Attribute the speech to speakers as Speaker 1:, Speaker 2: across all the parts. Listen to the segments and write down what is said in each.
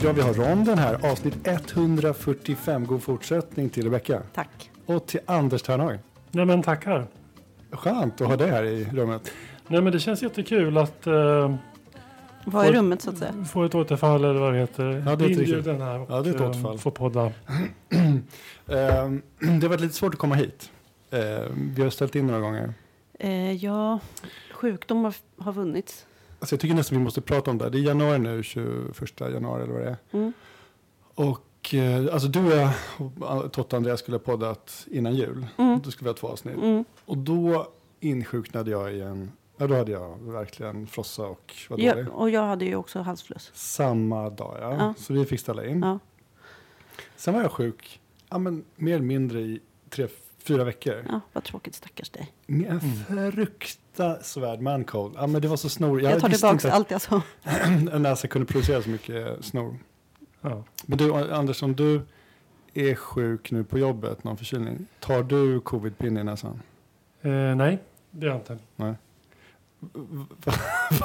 Speaker 1: Ja, vi har ronden här. Avsnitt 145. God fortsättning till Rebecka.
Speaker 2: Tack.
Speaker 1: Och till Anders Ternhag.
Speaker 3: Nej men tackar.
Speaker 1: Skönt att ha dig här i rummet.
Speaker 3: Nej men det känns jättekul att eh,
Speaker 2: Vad är rummet så att säga?
Speaker 3: få ett återfall eller vad det heter.
Speaker 1: Ja, det är ett
Speaker 3: Inbjuden här och
Speaker 1: Ja, det är ett
Speaker 3: eh,
Speaker 1: återfall.
Speaker 3: få podda.
Speaker 1: Ehm, Det har varit lite svårt att komma hit. Ehm, Vi har ställt in några gånger.
Speaker 2: Eh, ja, sjukdom har, har vunnits.
Speaker 1: Alltså jag tycker nästan vi måste prata om det. här. Det är januari nu, 21 januari eller vad det är.
Speaker 2: Mm.
Speaker 1: Och eh, alltså du och jag, och Totte och Andreas skulle ha poddat innan jul.
Speaker 2: Mm.
Speaker 1: Då skulle vi ha två avsnitt.
Speaker 2: Mm.
Speaker 1: Och då insjuknade jag i en, ja då hade jag verkligen frossa och var dålig.
Speaker 2: Jag, och jag hade ju också halsfluss.
Speaker 1: Samma dag ja.
Speaker 2: Ja.
Speaker 1: Så vi fick ställa in.
Speaker 2: Ja.
Speaker 1: Sen var jag sjuk, ja men mer eller mindre i tre, fyra veckor.
Speaker 2: ja, vad tråkigt stackars dig.
Speaker 1: Med en
Speaker 3: Mm.
Speaker 1: fruktansvärd mancold. Ja men det var så snor.
Speaker 2: Jag,
Speaker 1: visste
Speaker 2: tar tillbaka
Speaker 1: inte
Speaker 2: allt jag sa.
Speaker 1: att en näsa kunde producera så mycket snor.
Speaker 3: Ja.
Speaker 1: Men du Andersson, du är sjuk nu på jobbet, någon förkylning. Tar du covid-pinne i näsan?
Speaker 3: Eh, nej, det är jag inte.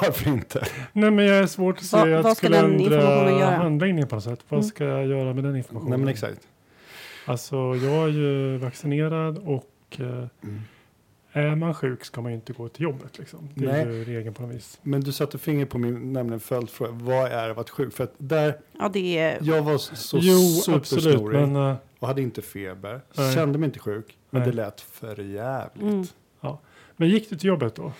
Speaker 1: Varför inte?
Speaker 3: Nej men jag är svårt att se
Speaker 2: Vad-
Speaker 3: att
Speaker 2: vad ska
Speaker 3: skulle
Speaker 2: den informationen
Speaker 3: ändra
Speaker 2: göra?
Speaker 3: handläggningen på något sätt. Vad
Speaker 2: Mm.
Speaker 3: ska jag göra med den informationen?
Speaker 1: Nej men exakt.
Speaker 3: Alltså jag är ju vaccinerad och eh, är man sjuk ska man ju inte gå till jobbet liksom. Det är
Speaker 1: Nej.
Speaker 3: ju regeln på något vis.
Speaker 1: Men du satte finger på min nämligen följdfråga. Vad är att vara sjuk? För att där,
Speaker 2: Ja, det är...
Speaker 1: jag var så
Speaker 3: jo, absolut.
Speaker 1: supersnorig
Speaker 3: Men eh,
Speaker 1: och hade inte feber.
Speaker 3: Nej.
Speaker 1: Kände mig inte sjuk. Men
Speaker 3: Nej.
Speaker 1: det lät för jävligt.
Speaker 2: Mm.
Speaker 3: Men gick du till jobbet då?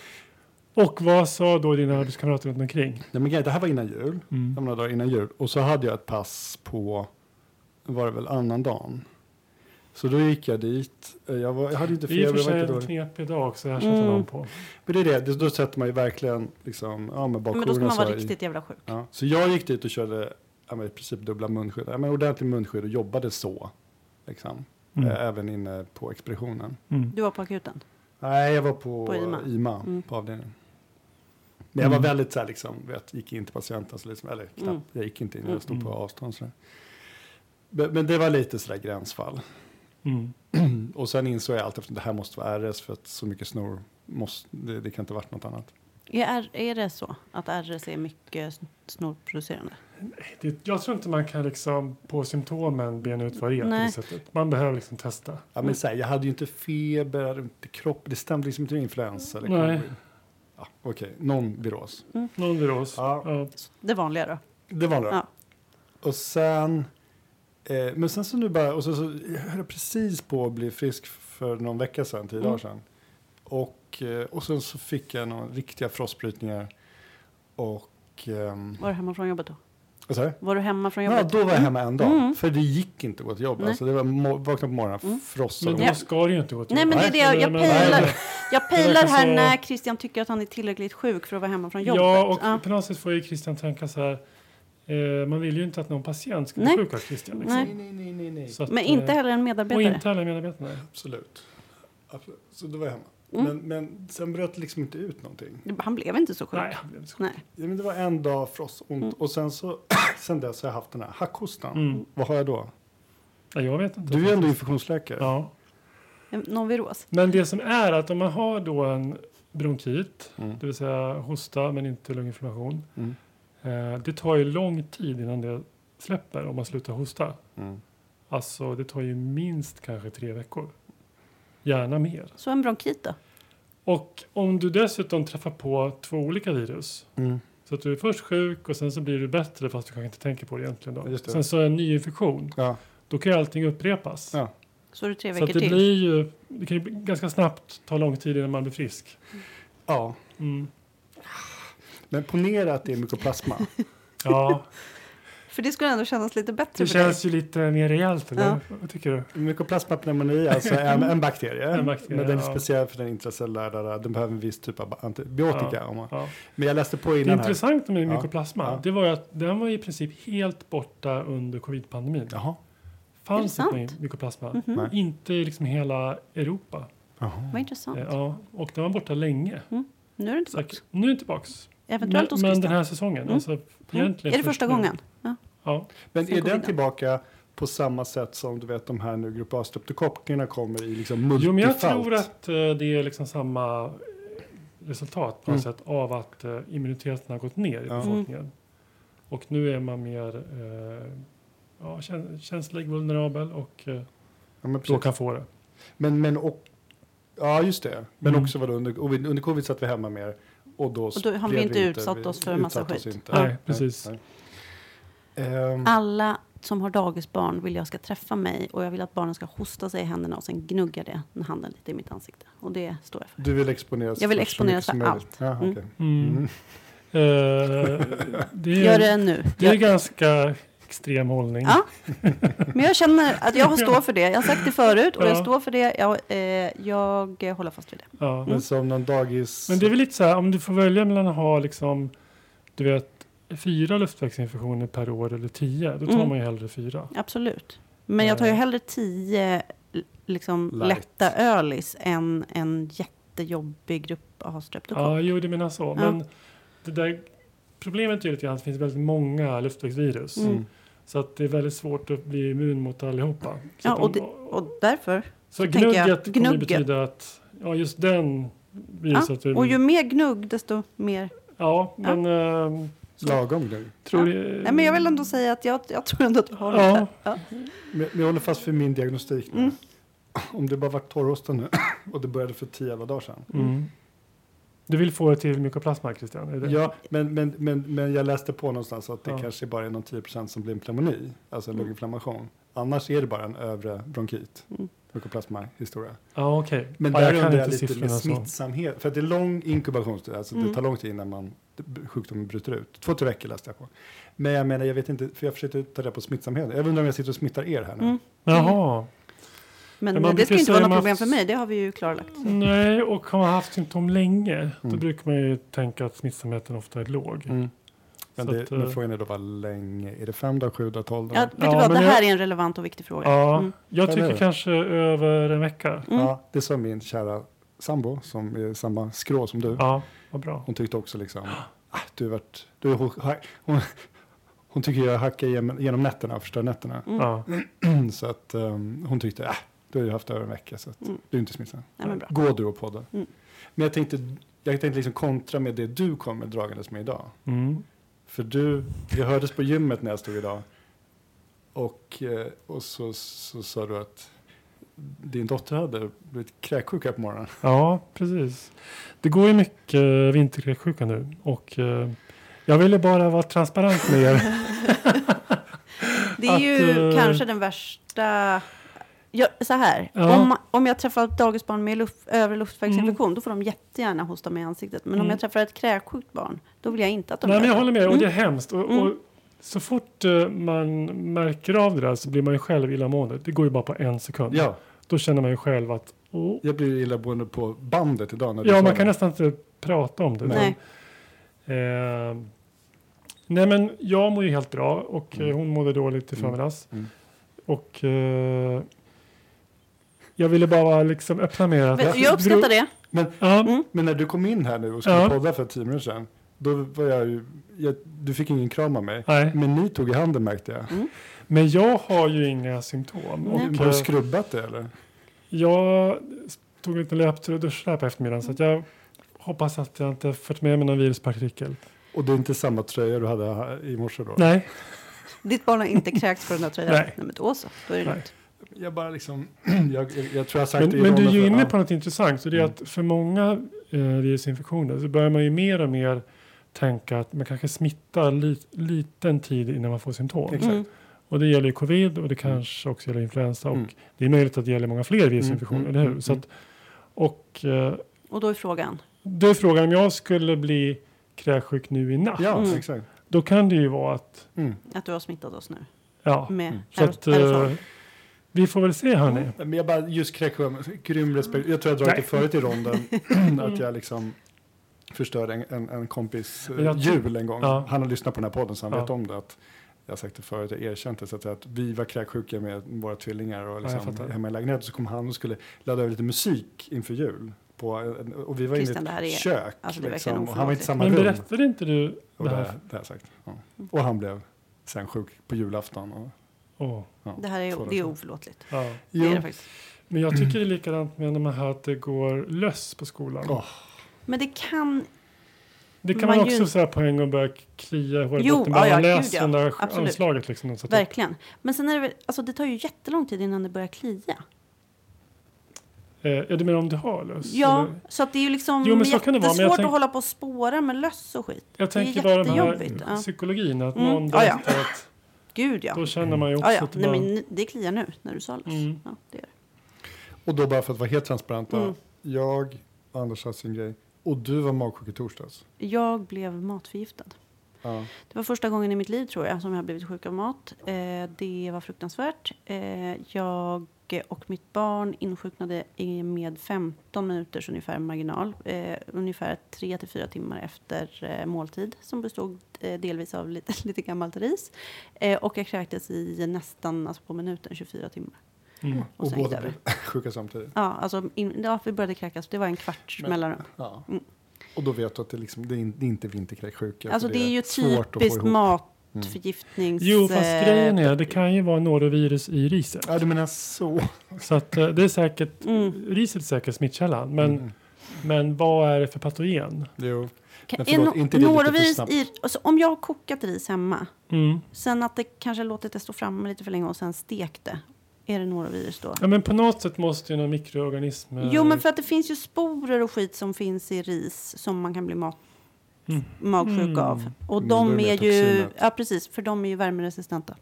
Speaker 3: Och vad sa då dina arbetskamrater runt omkring?
Speaker 1: Nej, men grejen är att det här var innan jul. Det var Några dagar innan jul. Och så hade jag ett pass på, var det väl annan dagen. Så då gick jag dit. Eh, Jag, var, jag hade inte
Speaker 3: Det är i och
Speaker 1: feber, jag var
Speaker 3: för sig
Speaker 1: inte
Speaker 3: en
Speaker 1: dålig.
Speaker 3: knepig dag också, jag sätter
Speaker 2: Mm.
Speaker 3: någon på.
Speaker 1: Men det är det, det- då sätter man ju verkligen liksom, ja men
Speaker 2: Men då ska
Speaker 1: bakjourerna
Speaker 2: man
Speaker 1: så
Speaker 2: vara
Speaker 1: här i-
Speaker 2: riktigt jävla sjuk.
Speaker 1: Ja. Så jag gick dit och körde ja, men i princip dubbla munskydd. Ja, men ordentligt munskydd och jobbade så. Liksom.
Speaker 3: Mm.
Speaker 1: Eh, Även inne på expeditionen.
Speaker 3: Mm.
Speaker 2: Du var på akuten.
Speaker 1: Nej, jag var på,
Speaker 2: På IMA.
Speaker 1: IMA,
Speaker 2: Mm.
Speaker 1: på avdelningen. Men jag var
Speaker 3: Mm.
Speaker 1: väldigt så här, liksom, vet, gick in till patienten, alltså, liksom, eller knappt,
Speaker 2: Mm.
Speaker 1: jag gick inte in, jag stod
Speaker 3: Mm.
Speaker 1: på avstånd. Så där. men, men det var lite sådär gränsfall.
Speaker 3: Mm.
Speaker 1: Och sen insåg jag allt efter det här måste vara RS för att så mycket snor, måste, det, det kan inte varit något annat.
Speaker 2: Är, är det så att RS är mycket sn- snorproducerande?
Speaker 3: Det, jag tror inte man kan liksom på symptomen bena ut vad det är på
Speaker 2: Nej.
Speaker 3: det sättet. Man behöver liksom testa.
Speaker 1: Ja, men,
Speaker 2: Mm.
Speaker 1: så här, jag hade ju inte feber, jag hade inte kropp, det stämde liksom inte med influensa. Eller
Speaker 3: Nej.
Speaker 1: covid. Ja, Okej, någon virus.
Speaker 3: Någon virus.
Speaker 1: Ja.
Speaker 2: Det vanliga då?
Speaker 1: Det var det.
Speaker 2: Ja.
Speaker 1: Och sen... Eh, men sen så nu bara... Och så, så, jag höll precis på att bli frisk för någon vecka sedan, tio
Speaker 2: Mm.
Speaker 1: dagar sedan. Och, eh, och sen så fick jag några riktiga frostbrytningar. Och... ehm,
Speaker 2: Var du hemma från jobbet då?
Speaker 1: Vad sa du?
Speaker 2: Var du hemma från
Speaker 1: Ja,
Speaker 2: jobbet?
Speaker 1: då var jag hemma en dag.
Speaker 2: Mm.
Speaker 1: För det gick inte att gå till jobbet.
Speaker 2: Nej. Mm.
Speaker 1: Alltså det var mo- vakna på morgonen, frossa.
Speaker 3: Men
Speaker 1: och-
Speaker 3: då ska det ju inte gå till
Speaker 2: Nej, men det är
Speaker 3: jobbet.
Speaker 2: det jag, jag
Speaker 3: Men- men-
Speaker 2: pejlar. Jag pejlar
Speaker 3: verkar
Speaker 2: här
Speaker 3: så-
Speaker 2: när Christian tycker att han är tillräckligt sjuk för att vara hemma från jobbet.
Speaker 3: Ja, och
Speaker 2: Ja.
Speaker 3: på något sätt får ju Christian tänka så här. Eh, man vill ju inte att någon patient ska bli
Speaker 2: Nej.
Speaker 3: sjuk av Christian. Liksom.
Speaker 2: Nej.
Speaker 1: nej, nej, nej. nej.
Speaker 3: Så att,
Speaker 2: Men inte
Speaker 3: eh,
Speaker 2: heller en
Speaker 3: Och
Speaker 2: medarbetare.
Speaker 3: inte heller medarbetarna.
Speaker 1: Absolut. Absolut. Så då var jag hemma.
Speaker 2: Mm.
Speaker 1: Men, men sen bröt det liksom inte ut någonting.
Speaker 2: Han blev inte så sjuk.
Speaker 3: Nej, han blev inte sjuk.
Speaker 2: Nej.
Speaker 1: Ja, men det var en dag frossont.
Speaker 2: Mm.
Speaker 1: Och sen så... sen dess har jag haft den här hackhostan.
Speaker 3: Mm.
Speaker 1: Vad har jag då?
Speaker 3: Ja, jag vet inte.
Speaker 1: Du är ändå infektionsläkare.
Speaker 3: Ja.
Speaker 2: Någon virus.
Speaker 3: Men det som är att om man har då en bronkit,
Speaker 1: Mm.
Speaker 3: det vill säga hosta men inte lunginflammation.
Speaker 1: Mm.
Speaker 3: Eh, det tar ju lång tid innan det släpper om man slutar hosta.
Speaker 1: Mm.
Speaker 3: Alltså det tar ju minst kanske tre veckor. Gärna mer.
Speaker 2: Så en bronkit då?
Speaker 3: Och om du dessutom träffar på två olika virus.
Speaker 1: Mm.
Speaker 3: Så att du är först sjuk och sen så blir du bättre fast du kanske inte tänker på det egentligen. Då.
Speaker 1: Just det.
Speaker 3: Sen så är en ny infektion.
Speaker 1: Ja.
Speaker 3: Då kan ju allting upprepas.
Speaker 1: Ja,
Speaker 2: Så är det tre
Speaker 3: så
Speaker 2: veckor
Speaker 3: att det
Speaker 2: till.
Speaker 3: blir ju, det kan ju bli ganska snabbt ta lång tid innan man blir frisk.
Speaker 1: ja.
Speaker 3: Mm.
Speaker 1: Men ponera att det är mykoplasma.
Speaker 3: Ja,
Speaker 2: Typ För det skulle ändå kännas lite bättre
Speaker 3: det
Speaker 2: för
Speaker 3: känns ju lite mer rejält eller?
Speaker 2: Ja.
Speaker 3: Vad tycker du?
Speaker 1: Mykoplasmapneumoni är alltså en, en bakterie.
Speaker 3: En bakterie,
Speaker 1: men den är
Speaker 3: ja.
Speaker 1: speciell för den är intracellulära. Den behöver en viss typ av antibiotika.
Speaker 3: Ja.
Speaker 1: Om man.
Speaker 3: Ja.
Speaker 1: Men jag läste på
Speaker 3: Det
Speaker 1: innan här.
Speaker 3: intressanta med
Speaker 1: Ja.
Speaker 3: mykoplasma
Speaker 1: Ja.
Speaker 3: det var ju att den var i princip helt borta under covid-pandemin.
Speaker 1: Jaha.
Speaker 3: Fanns
Speaker 2: Är det
Speaker 3: inte my- mykoplasma.
Speaker 2: Mhm.
Speaker 1: Nej.
Speaker 3: Inte i liksom hela Europa.
Speaker 1: Jaha.
Speaker 2: Vad intressant.
Speaker 3: Eh, Ja, och den var borta länge.
Speaker 2: Nu är det inte
Speaker 3: Så
Speaker 2: bort.
Speaker 3: att nu är den tillbaks.
Speaker 2: Eventuellt hos
Speaker 3: men, men den
Speaker 2: Christian.
Speaker 3: här säsongen.
Speaker 2: Mm.
Speaker 3: Alltså, egentligen
Speaker 2: Är det första
Speaker 3: först nu.
Speaker 2: gången? Ja.
Speaker 3: Ja.
Speaker 1: Men
Speaker 2: Sen
Speaker 1: är
Speaker 2: går
Speaker 1: den
Speaker 2: vi
Speaker 1: tillbaka på samma sätt som du vet de här nu grupp A-streptokockerna kommer i liksom multifalt?
Speaker 3: Jo, men jag tror att eh, det är liksom samma resultat på något sätt av att eh, immuniteten har gått ner i
Speaker 1: Mm. Ja.
Speaker 3: befolkningen. Och nu är man mer eh, ja, käns- känslig, vulnerabel och eh,
Speaker 1: Ja, men,
Speaker 3: då
Speaker 1: precis.
Speaker 3: kan få det.
Speaker 1: men, men och, ja just det. Men
Speaker 3: Mm.
Speaker 1: också vadå, under, och vi- under covid satt vi hemma mer. Och då,
Speaker 2: Och då har vi
Speaker 1: spred
Speaker 2: inte utsatt oss för en massa
Speaker 1: utsatte oss
Speaker 2: skit. Ah.
Speaker 1: inte.
Speaker 3: Nej, precis.
Speaker 1: nej. Ehm,
Speaker 2: Alla som har dagisbarn vill jag ska träffa mig och jag vill att barnen ska hosta sig i händerna och sen gnugga det med handen lite i mitt ansikte. Och det står jag för.
Speaker 1: du vill exponeras
Speaker 2: Jag vill
Speaker 1: så
Speaker 2: exponeras
Speaker 1: mycket som möjligt.
Speaker 2: för allt.
Speaker 1: Ja,
Speaker 2: Mm.
Speaker 1: okej.
Speaker 3: Mm.
Speaker 1: Mm.
Speaker 3: Eh, det,
Speaker 2: Gör
Speaker 3: är,
Speaker 2: det nu.
Speaker 3: det är
Speaker 2: Jag,
Speaker 3: ganska extrem hållning.
Speaker 2: Ja. men jag känner att jag står för det. Jag har sagt det förut och jag
Speaker 3: Ja.
Speaker 2: står för det. Jag, eh, jag håller fast vid det.
Speaker 3: Ja.
Speaker 1: Men som någon dagis...
Speaker 3: Men det är väl lite så här, om du får välja mellan att ha liksom, du vet, fyra luftvägsinfektioner per år eller tio, då tar
Speaker 2: Mm.
Speaker 3: man ju hellre fyra.
Speaker 2: Absolut. Men jag tar
Speaker 3: Eh.
Speaker 2: ju hellre tio l- liksom,
Speaker 1: Light.
Speaker 2: lätta ölis än en jättejobbig grupp att ha streptokok.
Speaker 3: Ja, jo, det menar så.
Speaker 2: Ja.
Speaker 3: Men det där, problemet är ju lite grann att det finns väldigt många luftvägsvirus.
Speaker 2: Mm.
Speaker 3: Så att det är väldigt svårt att bli immun mot allihopa. Så,
Speaker 2: Ja,
Speaker 3: att
Speaker 2: och det- Och därför.
Speaker 3: så
Speaker 2: tänker jag,
Speaker 3: gnugget kommer ju
Speaker 2: gnugget.
Speaker 3: betyda att ja, just den viruset...
Speaker 2: Ja.
Speaker 3: är-
Speaker 2: Och ju mer gnugg desto mer.
Speaker 3: ja, men... ehm,
Speaker 1: Lagom nu.
Speaker 3: tror
Speaker 2: Nej, men jag vill ändå säga att jag, jag tror ändå att du har
Speaker 3: Ja.
Speaker 2: det. Ja.
Speaker 1: Men men jag håller fast för min diagnostik nu.
Speaker 2: Mm.
Speaker 1: Om det bara varit torrhosta nu och det började för tio jävla dagar sedan.
Speaker 3: Mm. Du vill få det till mykoplasma, Christian? Är det?
Speaker 1: Ja, men, men, men, men jag läste på någonstans att det
Speaker 3: Ja.
Speaker 1: kanske bara är någon 10% som blir en pneumoni, alltså en
Speaker 2: Mm.
Speaker 1: lunginflammation. Annars är det bara en övre bronkit,
Speaker 2: Mm.
Speaker 1: mykoplasma-historia.
Speaker 3: Ja, okej.
Speaker 1: Men
Speaker 3: ja,
Speaker 1: där
Speaker 3: jag kan
Speaker 1: undrar
Speaker 3: inte
Speaker 1: jag lite
Speaker 3: siffrorna
Speaker 1: med
Speaker 3: så.
Speaker 1: smittsamhet, för att det är lång inkubationstid, alltså det
Speaker 2: Mm.
Speaker 1: tar lång tid innan man, sjukdomen bryter ut. Två, tre veckor läste jag på. Men jag menar, jag vet inte, för jag försökte ta reda på smittsamheten. Jag undrar om jag sitter och smittar er här nu.
Speaker 2: Mm.
Speaker 3: Jaha. Men
Speaker 2: Men
Speaker 3: man
Speaker 2: det ska
Speaker 3: brukar
Speaker 2: ju inte vara
Speaker 3: säga
Speaker 2: något
Speaker 3: man- Mm.
Speaker 2: problem för mig, det har vi ju klarlagt. Så.
Speaker 3: Nej, och har man haft symptom länge, då
Speaker 1: Mm.
Speaker 3: brukar man ju tänka att smittsamheten ofta är låg.
Speaker 1: Mm. Men,
Speaker 3: Så
Speaker 1: det,
Speaker 3: att, eh,
Speaker 1: men frågan är då vad länge, är det fem dagar, sju dagar, tolv
Speaker 2: Ja,
Speaker 1: dagar?
Speaker 2: vet
Speaker 3: Ja, mm.
Speaker 2: du vad,
Speaker 3: men
Speaker 2: det
Speaker 3: jag-
Speaker 2: här är en relevant och viktig fråga.
Speaker 3: Ja,
Speaker 2: Mm.
Speaker 3: jag
Speaker 1: Eller
Speaker 3: tycker
Speaker 1: hur?
Speaker 3: kanske över en vecka.
Speaker 1: Ja.
Speaker 2: Mm.
Speaker 1: det sa min kära sambo som är i samma skrå som du.
Speaker 3: Ja, vad bra.
Speaker 1: Hon tyckte också liksom, ah, du har varit, du, hon, hon, hon tycker jag hackar igenom, genom nätterna och förstör nätterna.
Speaker 2: Mm.
Speaker 3: Ja.
Speaker 1: Så att ehm, hon tyckte, ah, du har ju haft det över en vecka så att
Speaker 2: Mm.
Speaker 1: du är inte smittsam.
Speaker 2: Nej, men bra.
Speaker 1: Gå du och podda.
Speaker 2: Mm.
Speaker 1: Men jag tänkte, jag tänkte liksom kontra med det du kommer dragandes med idag.
Speaker 3: Mm.
Speaker 1: För du, vi hördes på gymmet när jag stod idag. Och, eh, och så, så sa du att din dotter hade blivit kräksjuka på morgonen.
Speaker 3: ja, precis. Det går ju mycket eh, vinterkräksjuka nu och eh, jag ville bara vara transparent med er.
Speaker 2: Det är
Speaker 3: Att,
Speaker 2: ju
Speaker 3: eh,
Speaker 2: kanske den värsta... Ja, så här,
Speaker 3: Ja.
Speaker 2: om, om jag träffar ett dagisbarn med luft, övre luftvägsinfektion, då får de jättegärna hosta mig i ansiktet. Men om
Speaker 3: Mm.
Speaker 2: jag träffar ett kräksjukt barn, då vill jag inte att de
Speaker 3: Nej,
Speaker 2: gör
Speaker 3: men jag
Speaker 2: det.
Speaker 3: håller med. Och
Speaker 2: Mm.
Speaker 3: det är hemskt. Och, och så fort eh, man märker av det där så blir man ju själv illamående. Det går ju bara på en sekund.
Speaker 1: Ja,
Speaker 3: Då känner man ju själv att... åh.
Speaker 1: jag blir illamående på bandet idag. När du
Speaker 3: Ja,
Speaker 1: sa
Speaker 3: man
Speaker 1: det.
Speaker 3: kan nästan inte prata om det.
Speaker 2: Nej.
Speaker 3: Eh, nej, men jag mår ju helt bra och eh,
Speaker 1: Mm.
Speaker 3: hon mådde dåligt i
Speaker 1: Mm.
Speaker 3: förmiddags.
Speaker 1: Mm.
Speaker 3: Och eh, jag ville bara liksom öppna med att...
Speaker 2: Men Jag uppskattar det.
Speaker 3: Ja,
Speaker 2: Mm.
Speaker 1: Men när du kom in här nu och skulle
Speaker 3: Ja.
Speaker 1: podda för tio minuter sedan, då var jag ju, jag, du fick ingen kram av mig.
Speaker 3: nej.
Speaker 1: Men ni tog i handen märkte jag.
Speaker 3: Men jag har ju inga symptom.
Speaker 2: Nej.
Speaker 3: Och,
Speaker 1: Har du
Speaker 3: eh,
Speaker 1: skrubbat det eller?
Speaker 3: Jag tog en liten löptur och duschade här på eftermiddagen så att jag hoppas att jag inte fört med mig någon viruspartikel.
Speaker 1: Och det är inte samma tröja du hade här i morse då?
Speaker 3: Nej,
Speaker 2: Ditt barn har inte kräkts på den här tröjan.
Speaker 3: Nej.
Speaker 2: Nej. men då så, då är det
Speaker 3: Nej.
Speaker 2: lugnt.
Speaker 1: Jag bara liksom, jag, jag, jag tror jag har sagt
Speaker 3: men,
Speaker 1: det
Speaker 3: men du är ju
Speaker 1: för-
Speaker 3: inne
Speaker 1: ja.
Speaker 3: på något intressant och det är
Speaker 1: Mm.
Speaker 3: att för många eh, virusinfektioner så börjar man ju mer och mer tänka att man kanske smittar li, liten tid innan man får symptom.
Speaker 1: Exakt.
Speaker 2: Mm.
Speaker 3: Och det gäller ju covid och det kanske också gäller influensa och
Speaker 1: Mm.
Speaker 3: det är möjligt att det gäller många fler virusinfektioner,
Speaker 1: Mm, mm,
Speaker 3: eller hur?
Speaker 1: mm,
Speaker 3: Så att, och eh,
Speaker 2: Och då är frågan,
Speaker 3: då är frågan om jag skulle bli kräksjuk nu i natt,
Speaker 1: Ja,
Speaker 2: Mm.
Speaker 1: exakt.
Speaker 3: då kan det ju vara att,
Speaker 1: Mm.
Speaker 2: att du har smittat oss nu
Speaker 3: ja,
Speaker 2: med
Speaker 3: Så att,
Speaker 2: aeros- aerosol.
Speaker 3: eh, vi får väl se hörni.
Speaker 1: Men jag bara, just Kräksjö, grym respekt. Jag tror jag har dragit det förut i ronden. att jag liksom förstörde en, en, en kompis eh,
Speaker 3: Men jag tror-
Speaker 1: jul en gång.
Speaker 3: Ja.
Speaker 1: Han har lyssnat på den här podden så han
Speaker 3: Ja.
Speaker 1: vet om det. Att jag har sagt det förut, jag erkänt det. Så att, säga, att vi var kräksjuka med våra tvillingar och
Speaker 3: jag
Speaker 1: liksom
Speaker 3: fattar.
Speaker 1: hemma i lägenheten. Så kom han och skulle ladda över lite musik inför jul. På, en- och vi var inne
Speaker 2: Christian, det här
Speaker 1: i ett
Speaker 2: är...
Speaker 1: kök.
Speaker 2: alltså, det är verkligen
Speaker 1: liksom, och han var inte i samma
Speaker 3: Men
Speaker 1: rum.
Speaker 3: berättade inte du
Speaker 1: och
Speaker 3: det
Speaker 1: det,
Speaker 3: här?
Speaker 1: det har jag sagt. Ja. Och han blev sen sjuk på julafton. Och,
Speaker 3: Åh,
Speaker 2: Det här
Speaker 1: Två
Speaker 2: är,
Speaker 1: dagar
Speaker 2: det är
Speaker 1: sedan.
Speaker 2: oförlåtligt.
Speaker 3: ja.
Speaker 2: Det är
Speaker 1: Jo,
Speaker 2: det faktiskt.
Speaker 3: Men jag tycker det är likadant med när man hör att det går löss på skolan.
Speaker 1: Ja.
Speaker 2: Men det kan...
Speaker 3: Det kan
Speaker 2: Man
Speaker 3: man
Speaker 2: ju-
Speaker 3: också så här på en gång börja klia i
Speaker 2: Jo,
Speaker 3: hårbotten.
Speaker 2: ja,
Speaker 3: Bara
Speaker 2: ja,
Speaker 3: man läst
Speaker 2: gud, ja.
Speaker 3: den där
Speaker 2: Absolut.
Speaker 3: anslaget liksom. de satte upp.
Speaker 2: Verkligen. Men sen är det väl, alltså det tar ju jättelång tid innan det börjar klia.
Speaker 3: Eh, ja, du menar om du har löss?
Speaker 2: Ja,
Speaker 3: Alltså, eller?
Speaker 2: så att det är ju liksom
Speaker 3: Jo, men så kan det
Speaker 2: jättesvårt
Speaker 3: vara, men jag tänk-
Speaker 2: att hålla på och spåra med löss och skit.
Speaker 3: Jag
Speaker 2: Det är
Speaker 3: tänker bara den här
Speaker 2: jättejobbigt, ja.
Speaker 3: psykologin. Att
Speaker 2: Mm,
Speaker 3: någon
Speaker 2: ja, ja.
Speaker 3: berättar att
Speaker 2: Gud ja.
Speaker 3: då känner man ju också
Speaker 2: ja, ja.
Speaker 3: att det
Speaker 2: Nej,
Speaker 3: bara...
Speaker 2: men nu- det kliar nu när du sa löss.
Speaker 3: Mm.
Speaker 2: Ja, det är det.
Speaker 1: Och då bara för att vara helt transparenta.
Speaker 2: Mm.
Speaker 1: Jag, Anders hade sin grej. Och du var magsjuk i torsdags.
Speaker 2: Jag blev matförgiftad.
Speaker 1: Ja.
Speaker 2: Det var första gången i mitt liv tror jag som jag blivit sjuk av mat. Eh, det var fruktansvärt. Eh, jag och mitt barn insjuknade i- med 15 minuters ungefär marginal. Eh, ungefär 3 till 4 timmar efter eh, måltid som bestod eh, delvis av lite, lite gammalt ris. Eh, och jag kräktes i nästan alltså på minuten 24 timmar.
Speaker 3: Mm.
Speaker 2: Och,
Speaker 1: Och
Speaker 2: sen gick det
Speaker 1: båda
Speaker 2: över.
Speaker 1: blev sjuka samtidigt.
Speaker 2: Ja, alltså in, ja, vi började kräkas. Det var en kvarts
Speaker 1: Men- alltså
Speaker 2: mellanrum.
Speaker 1: Ja.
Speaker 2: Mm.
Speaker 1: Och då vet du att det, liksom, det, är, in- det är inte vinterkräksjuka.
Speaker 2: Alltså
Speaker 1: för
Speaker 2: det är ju
Speaker 1: svårt att få
Speaker 2: typiskt
Speaker 1: ihop. Mm.
Speaker 2: matförgiftnings...
Speaker 3: Jo, fast
Speaker 2: eh,
Speaker 3: grejen är det kan ju vara norovirus i riset.
Speaker 1: Ja, du menar så.
Speaker 3: Så att eh, det är säkert,
Speaker 2: Mm.
Speaker 3: riset är säkert smittkällan. Men,
Speaker 1: Mm.
Speaker 3: men vad är det för patogen?
Speaker 1: Jo.
Speaker 2: Kan,
Speaker 1: Men
Speaker 2: är
Speaker 1: förlåt,
Speaker 2: no-
Speaker 1: inte det lite för
Speaker 2: norovirus
Speaker 1: snabbt?
Speaker 2: i, alltså, om jag har kokat ris hemma,
Speaker 3: Mm.
Speaker 2: sen att det kanske låtit det stå framme lite för länge och sen stekt det, är det norovirus då?
Speaker 3: Ja, men på något sätt måste ju eh, några mikroorganismer...
Speaker 2: Jo, men för att det finns ju sporer och skit som finns i ris som man kan bli mat,
Speaker 3: Mm.
Speaker 2: magsjuk
Speaker 3: Mm.
Speaker 2: av. Och
Speaker 1: Men då är
Speaker 2: de
Speaker 1: det mer
Speaker 2: är ju,
Speaker 1: toxinet.
Speaker 2: ja precis, för de är ju värmeresistenta.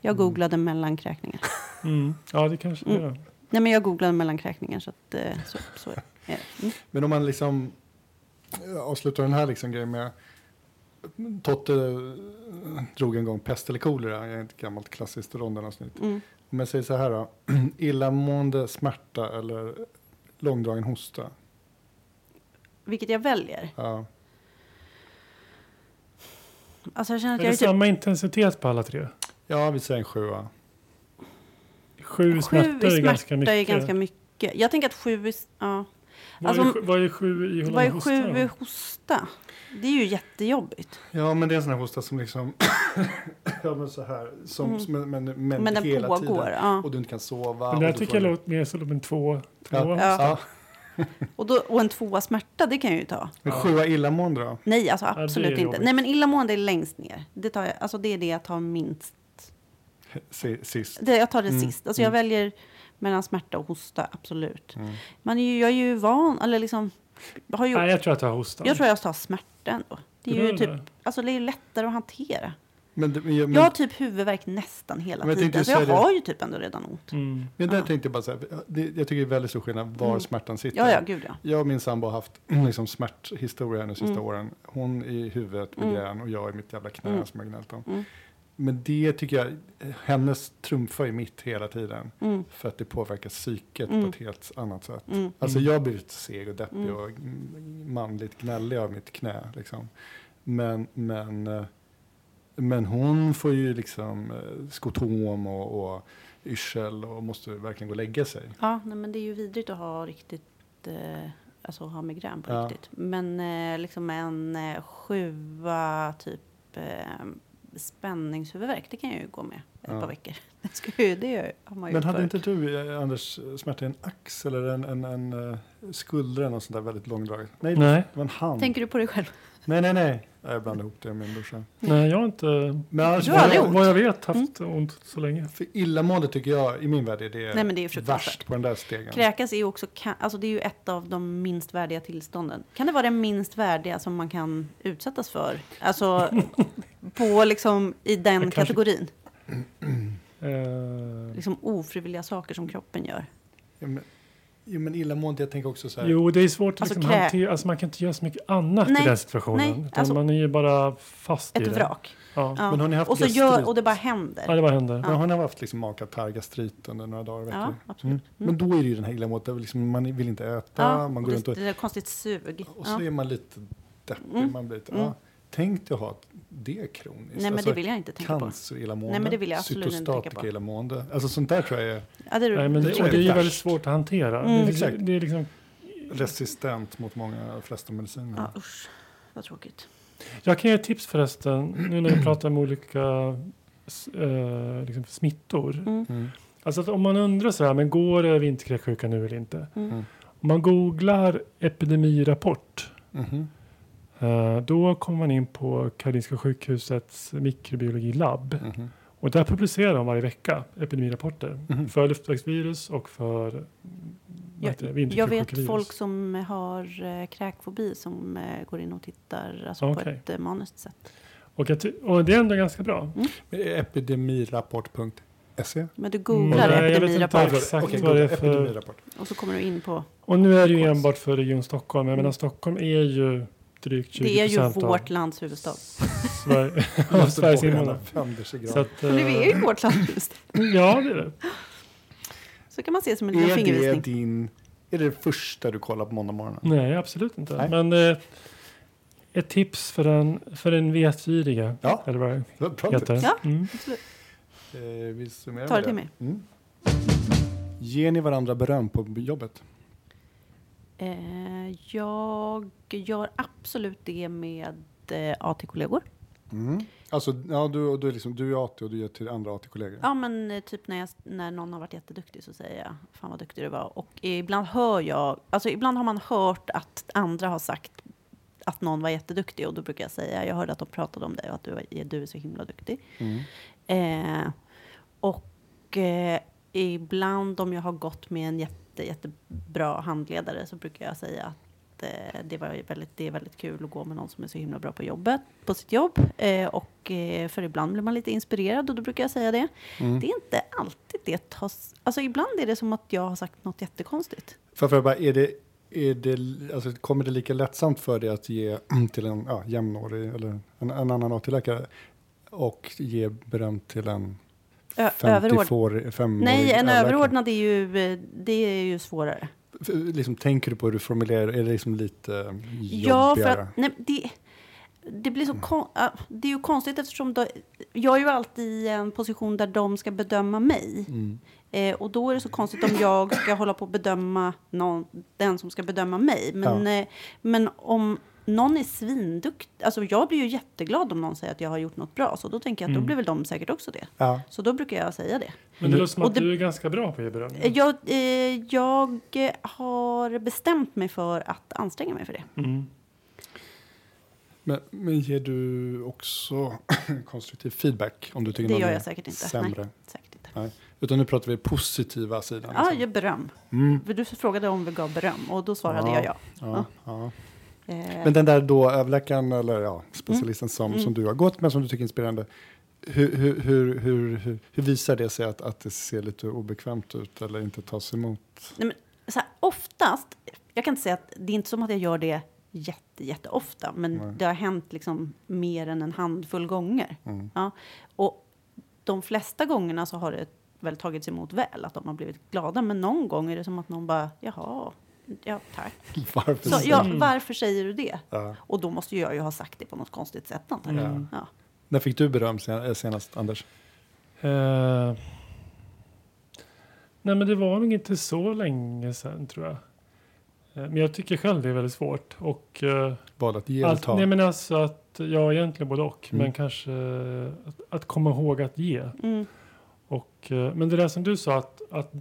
Speaker 2: Jag
Speaker 1: Mm.
Speaker 2: googlade mellankräkningar.
Speaker 3: Mm. Ja, det kanske det är.
Speaker 2: Nej, men jag googlade mellankräkningar så att eh, så, så är det. Mm.
Speaker 1: Men om man liksom eh, avslutar den här liksom grejen med Totte eh, drog en gång pest eller kolera, i ett gammalt klassiskt rondanavsnitt.
Speaker 2: Mm.
Speaker 1: Om jag säger så här då, illamående, smärta eller långdragen hosta.
Speaker 2: Vilket jag väljer.
Speaker 1: Ja.
Speaker 2: Alltså jag känner
Speaker 3: Är
Speaker 2: att
Speaker 3: det
Speaker 2: jag är
Speaker 3: samma intensitet på alla tre?
Speaker 1: ja, vi säger en sjua.
Speaker 3: Sju,
Speaker 2: typ, sju
Speaker 3: smärta
Speaker 2: i
Speaker 3: är ganska
Speaker 2: smärta
Speaker 3: mycket.
Speaker 2: är ganska mycket. Jag tänker att sju i, s- ja.
Speaker 3: vad, är,
Speaker 2: alltså-
Speaker 3: sju- vad är sju i
Speaker 2: Vad är
Speaker 3: Holland
Speaker 2: sju i
Speaker 3: sju...
Speaker 2: hosta? Det är ju jättejobbigt.
Speaker 1: Ja, men det är en sån här hosta som liksom, ja men så här, som,
Speaker 2: Mm.
Speaker 1: som- men, men, men,
Speaker 2: Men den
Speaker 1: hela
Speaker 2: pågår.
Speaker 1: tiden.
Speaker 2: Ja.
Speaker 1: Och du inte kan sova.
Speaker 3: Men
Speaker 1: och
Speaker 3: det här
Speaker 1: du
Speaker 3: tycker
Speaker 1: får-
Speaker 3: jag låter mer som en två, två.
Speaker 1: Ja.
Speaker 2: Ja.
Speaker 1: Ja,
Speaker 2: Och, då, och en tvåa smärta, det kan jag ju ta.
Speaker 1: men sjua illamående då?
Speaker 2: Nej, alltså
Speaker 3: det är
Speaker 2: absolut inte.
Speaker 3: jobbigt.
Speaker 2: Nej, men illamående är längst ner. Det, tar jag, alltså det är det jag tar minst.
Speaker 1: Si- Sist.
Speaker 2: Det, jag tar det
Speaker 1: Mm,
Speaker 2: sist. Alltså jag väljer mellan smärta och hosta, absolut.
Speaker 1: Mm.
Speaker 2: Man är ju, jag är ju van, eller liksom... Har ju,
Speaker 3: Nej, jag tror att jag har hostan.
Speaker 2: jag tror jag tar smärta ändå. Det är ju
Speaker 3: Gör
Speaker 2: typ, alltså det är ju lättare att hantera.
Speaker 1: Men, det- men, jag- men,
Speaker 2: Jag har typ huvudvärk nästan hela
Speaker 1: Mm. Men jag
Speaker 2: tiden.
Speaker 1: tänkte
Speaker 2: Så jag
Speaker 1: säga det.
Speaker 2: har ju typ ändå redan ont.
Speaker 3: Mm.
Speaker 1: men där
Speaker 2: Ja.
Speaker 1: tänkte jag bara så här, det, jag tycker det är väldigt stor skillnad var
Speaker 2: Mm.
Speaker 1: smärtan sitter.
Speaker 2: Ja, ja, gud ja.
Speaker 1: Jag och min sambo har haft liksom, smärthistoria nu de sista
Speaker 2: Mm.
Speaker 1: åren. Hon i huvudet,
Speaker 2: Mm.
Speaker 1: migrän och jag i mitt jävla knä
Speaker 2: Mm.
Speaker 1: som jag gnällt om.
Speaker 2: Mm.
Speaker 1: Men det tycker jag, eh, hennes trumfar ju mitt hela tiden.
Speaker 2: Mm,
Speaker 1: För att det påverkar psyket på
Speaker 2: Mm.
Speaker 1: ett helt annat sätt.
Speaker 2: mm,
Speaker 1: Alltså
Speaker 3: Mm.
Speaker 1: jag har blivit seg och deppig
Speaker 2: Mm.
Speaker 1: och mm, manligt gnällig av mitt knä. Liksom. Men, men, eh, men hon får ju liksom eh, skotom och, och yrsel och måste verkligen gå och lägga sig.
Speaker 2: Ja, nej, men det är ju vidrigt att ha riktigt, eh, alltså ha migrän på
Speaker 1: Ja.
Speaker 2: riktigt. Men eh, liksom en eh, sjua, typ eh, spänningshuvudvärk, det kan jag ju gå med ett
Speaker 1: Ja.
Speaker 2: par veckor. Det, ska ju, det gör- har man ju
Speaker 1: Men
Speaker 2: gjort
Speaker 1: hade
Speaker 2: förut.
Speaker 1: inte du, eh, Anders, smärta i en axel eller en, en, en eh, skuldra eller något sånt där väldigt långdraget? Nej, det
Speaker 3: Nej,
Speaker 1: var en hand.
Speaker 2: Tänker du på dig själv?
Speaker 1: Nej, nej, nej. Ja, Jag blandade ihop det med min brorsa.
Speaker 3: nej, jag har inte...
Speaker 1: Men annars,
Speaker 2: Du har
Speaker 1: vad,
Speaker 2: aldrig
Speaker 1: jag,
Speaker 2: ont?
Speaker 3: alltså,
Speaker 2: Mm.
Speaker 3: Vad jag vet haft ont så länge. Eh,
Speaker 1: för illamående tycker jag, i min värld, är det,
Speaker 2: Nej, men det är ju fruktansvärt.
Speaker 1: värst på den där stegen.
Speaker 2: Kräkas är ju också, ka- alltså det är ju ett av de minst värdiga tillstånden. Kan det vara det minst värdiga som man kan utsättas för? Alltså på liksom i den
Speaker 3: kanske-
Speaker 2: kategorin.
Speaker 3: Eh,
Speaker 2: Liksom ofrivilliga saker som kroppen gör.
Speaker 1: Ja, men, jo, men illamående, jag tänker också så här.
Speaker 3: jo, det är svårt att
Speaker 2: Alltså,
Speaker 3: liksom
Speaker 2: krä-
Speaker 3: hantera. Alltså, man kan inte göra så mycket annat
Speaker 2: Nej,
Speaker 3: i den situationen.
Speaker 2: nej,
Speaker 3: utan
Speaker 2: alltså-
Speaker 3: man är ju bara fast i
Speaker 2: Ett
Speaker 3: det.
Speaker 2: vrak.
Speaker 3: Ja.
Speaker 2: Ja.
Speaker 1: Men har ni haft
Speaker 2: och, så
Speaker 1: gastrit?
Speaker 2: gör, och det bara händer.
Speaker 3: ja, det bara händer.
Speaker 1: Men har ni haft liksom magkatarr, gastrit under några dagar i
Speaker 2: Ja,
Speaker 1: veckan? Mm.
Speaker 3: Mm.
Speaker 2: absolut.
Speaker 1: Men då är det ju den här illamåendet, där liksom, man vill inte äta,
Speaker 2: Ja,
Speaker 1: man
Speaker 2: och
Speaker 1: går
Speaker 2: det,
Speaker 1: runt och...
Speaker 2: det är ett konstigt sug.
Speaker 1: Och
Speaker 2: ja.
Speaker 1: så är man lite deppig,
Speaker 2: Mm.
Speaker 1: man blir lite...
Speaker 2: Mm.
Speaker 1: Ja, tänk dig att ha det kroniskt.
Speaker 2: Nej, men
Speaker 1: Alltså,
Speaker 2: det vill jag inte tänka på.
Speaker 1: Cancerillamående,
Speaker 2: Nej, men det vill jag absolut inte tänka på.
Speaker 1: cytostatikaellamående. Alltså sånt där tror jag är
Speaker 2: Ja, det är
Speaker 3: Nej, men
Speaker 1: Det
Speaker 3: det,
Speaker 1: tror
Speaker 3: och
Speaker 1: jag
Speaker 3: det är ju
Speaker 1: är
Speaker 3: väldigt
Speaker 1: värst.
Speaker 3: svårt att hantera.
Speaker 2: Mm.
Speaker 3: Det,
Speaker 1: Exakt.
Speaker 3: är- det är liksom,
Speaker 1: resistent mot många, de flesta mediciner.
Speaker 2: ja, usch, vad tråkigt.
Speaker 3: jag kan ge ett tips förresten, nu när vi pratar om olika s- eh, liksom smittor.
Speaker 2: Mm.
Speaker 1: Mm.
Speaker 3: Alltså att om man undrar så här, men går det vinterkräksjuka nu eller inte?
Speaker 2: Mm.
Speaker 1: Mm.
Speaker 3: Om man googlar epidemirapport
Speaker 1: Mhm.
Speaker 3: Eh, Då kom man in på Karolinska sjukhusets mikrobiologilabb.
Speaker 1: Mhm.
Speaker 3: Och där publicerar de varje vecka epidemirapporter
Speaker 1: Mhm.
Speaker 3: för luftvägsvirus och för mm, vad heter det,
Speaker 2: Jag, jag vet
Speaker 3: vinterkrukovirus.
Speaker 2: folk som har eh, kräkfobi som eh, går in och tittar alltså, på
Speaker 3: Okej.
Speaker 2: ett eh, maniskt sätt.
Speaker 3: Och, jag ty- och det är ändå ganska bra.
Speaker 1: Epidemirapport.se.
Speaker 2: Men du
Speaker 3: Mm,
Speaker 2: googlar
Speaker 3: nej, jag vet
Speaker 2: epidemirapport
Speaker 3: inte. Exakt
Speaker 1: E. Okej,
Speaker 3: vad det är
Speaker 1: googla
Speaker 3: för-
Speaker 1: Epidemirapport.
Speaker 2: och så kommer du in på...
Speaker 3: Och nu är det ju
Speaker 2: Konstigt.
Speaker 3: enbart för Region Stockholm. Jag menar Stockholm är ju drygt 20
Speaker 2: Det är ju
Speaker 3: av
Speaker 2: vårt lands huvudstad.
Speaker 3: Sverige, av Sveriges invånare. Så
Speaker 1: Så
Speaker 3: att,
Speaker 2: Men det är ju vårt lands huvudstad.
Speaker 3: eh, ja, det är det.
Speaker 2: Så kan man se som en
Speaker 3: E
Speaker 2: liten
Speaker 1: är det
Speaker 2: fingervisning.
Speaker 1: din... Är det det första du kollar på måndag morgon?
Speaker 3: Nej, absolut inte.
Speaker 1: Nej.
Speaker 3: Men eh, ett tips för en, för en vetgiriga.
Speaker 1: Ja.
Speaker 3: Eller vad det
Speaker 1: Vad bra
Speaker 3: heter.
Speaker 1: tips.
Speaker 2: Ja.
Speaker 3: Mm.
Speaker 2: Absolut.
Speaker 1: Eh, vi summerar
Speaker 2: Ta
Speaker 1: med
Speaker 2: det till mig.
Speaker 1: Mm. Ger ni varandra beröm på jobbet?
Speaker 2: Eh, jag gör absolut det med eh, AT-kollegor.
Speaker 1: Mm. Alltså, ja, du, och du, är liksom, du är AT och du ger till andra AT-kollegor.
Speaker 2: Ja, men eh, typ när, jag, när någon har varit jätteduktig så säger jag fan vad duktig du var. Och ibland hör jag, alltså ibland har man hört att andra har sagt att någon var jätteduktig och då brukar jag säga jag hörde att de pratade om dig och att du, var- du är så himla duktig.
Speaker 1: Mm.
Speaker 2: Eh, och eh, ibland om jag har gått med en jätte, jättebra handledare så brukar jag säga att eh, det, var ju väldigt, det är väldigt kul att gå med någon som är så himla bra på jobbet, på sitt jobb. Eh, och eh, för ibland blir man lite inspirerad och då brukar jag säga det.
Speaker 1: Mm.
Speaker 2: Det är inte alltid det tas... Alltså ibland är det som att jag har sagt något jättekonstigt.
Speaker 1: För, för bara, är det, är det, alltså, kommer det lika lättsamt för dig att ge till en ja, jämnårig eller en, en annan AT-läkare och ge beröm till en
Speaker 2: Ö- överord-
Speaker 1: 54-årig
Speaker 2: Nej, en
Speaker 1: läkare?
Speaker 2: överordnad är ju, eh, det är ju svårare.
Speaker 1: F- Liksom, tänker du på hur du formulerar Är det liksom lite eh,
Speaker 2: Ja, för
Speaker 1: jobbigare? Mm.
Speaker 2: att, nej, det, det blir så kon, ah, Det är ju konstigt eftersom då, jag är ju alltid i en position där de ska bedöma mig.
Speaker 1: Mm.
Speaker 2: Eh, och då är det så konstigt om jag ska hålla på och bedöma någon, den som ska bedöma mig. Men, eh, men om någon är svinduktig, alltså jag blir ju jätteglad om någon säger att jag har gjort något bra. Så då tänker jag att då
Speaker 3: Mm.
Speaker 2: blir väl de säkert också det.
Speaker 1: Ja.
Speaker 2: Så då brukar jag säga det.
Speaker 3: Men det Mm. låter som
Speaker 2: Och
Speaker 3: att
Speaker 2: det-
Speaker 3: du är ganska bra på att ge beröm.
Speaker 1: Mm.
Speaker 2: Eh, Jag, eh, jag eh, har bestämt mig för att anstränga mig för det.
Speaker 3: Mm.
Speaker 1: Men, men ger du också konstruktiv feedback om du tycker
Speaker 2: Det
Speaker 1: någon
Speaker 2: gör
Speaker 1: är
Speaker 2: jag säkert inte.
Speaker 1: sämre?
Speaker 2: Nej, säkert inte.
Speaker 1: Utan nu pratar vi positiva sidan.
Speaker 2: Ja,
Speaker 1: liksom.
Speaker 2: jag beröm.
Speaker 1: Mm,
Speaker 2: För Du frågade om vi gav beröm och då svarade
Speaker 1: Ja.
Speaker 2: jag ja.
Speaker 1: ja, ja.
Speaker 2: Eh,
Speaker 1: Men den där då överläkaren eller ja, specialisten Som,
Speaker 2: Mm.
Speaker 1: som du har gått med som du tycker är inspirerande. Hur, hur, hur, hur, hur, hur visar det sig att, att det ser lite obekvämt ut eller inte tas emot?
Speaker 2: så här, oftast, jag kan inte säga att det är inte som att jag gör det jätte, jätteofta, men
Speaker 1: Nej.
Speaker 2: det har hänt liksom mer än en handfull gånger.
Speaker 1: Mm.
Speaker 2: Ja. Och de flesta gångerna så har det väl tagits emot väl, att de har blivit glada, men någon gång är det som att någon bara, jaha, ja tack.
Speaker 1: Varför?
Speaker 2: Så,
Speaker 1: Så,
Speaker 2: ja,
Speaker 3: Mm.
Speaker 2: varför säger du det?
Speaker 1: ja.
Speaker 2: Och då måste jag ju ha sagt det på något konstigt sätt, antar jag.
Speaker 3: Mm.
Speaker 2: Ja.
Speaker 1: När fick du beröm sen, eh, senast, Anders?
Speaker 3: Eh, nej, men det var nog inte så länge sedan tror jag. Eh, men jag tycker själv det är väldigt svårt. Och, eh,
Speaker 1: Vad att ge eller
Speaker 3: allt,
Speaker 1: ta?
Speaker 3: nej, men alltså att jag egentligen både och.
Speaker 1: Mm.
Speaker 3: Men kanske eh, att, att komma ihåg att ge.
Speaker 2: Mm.
Speaker 3: Och, eh, men det där som du sa att, att,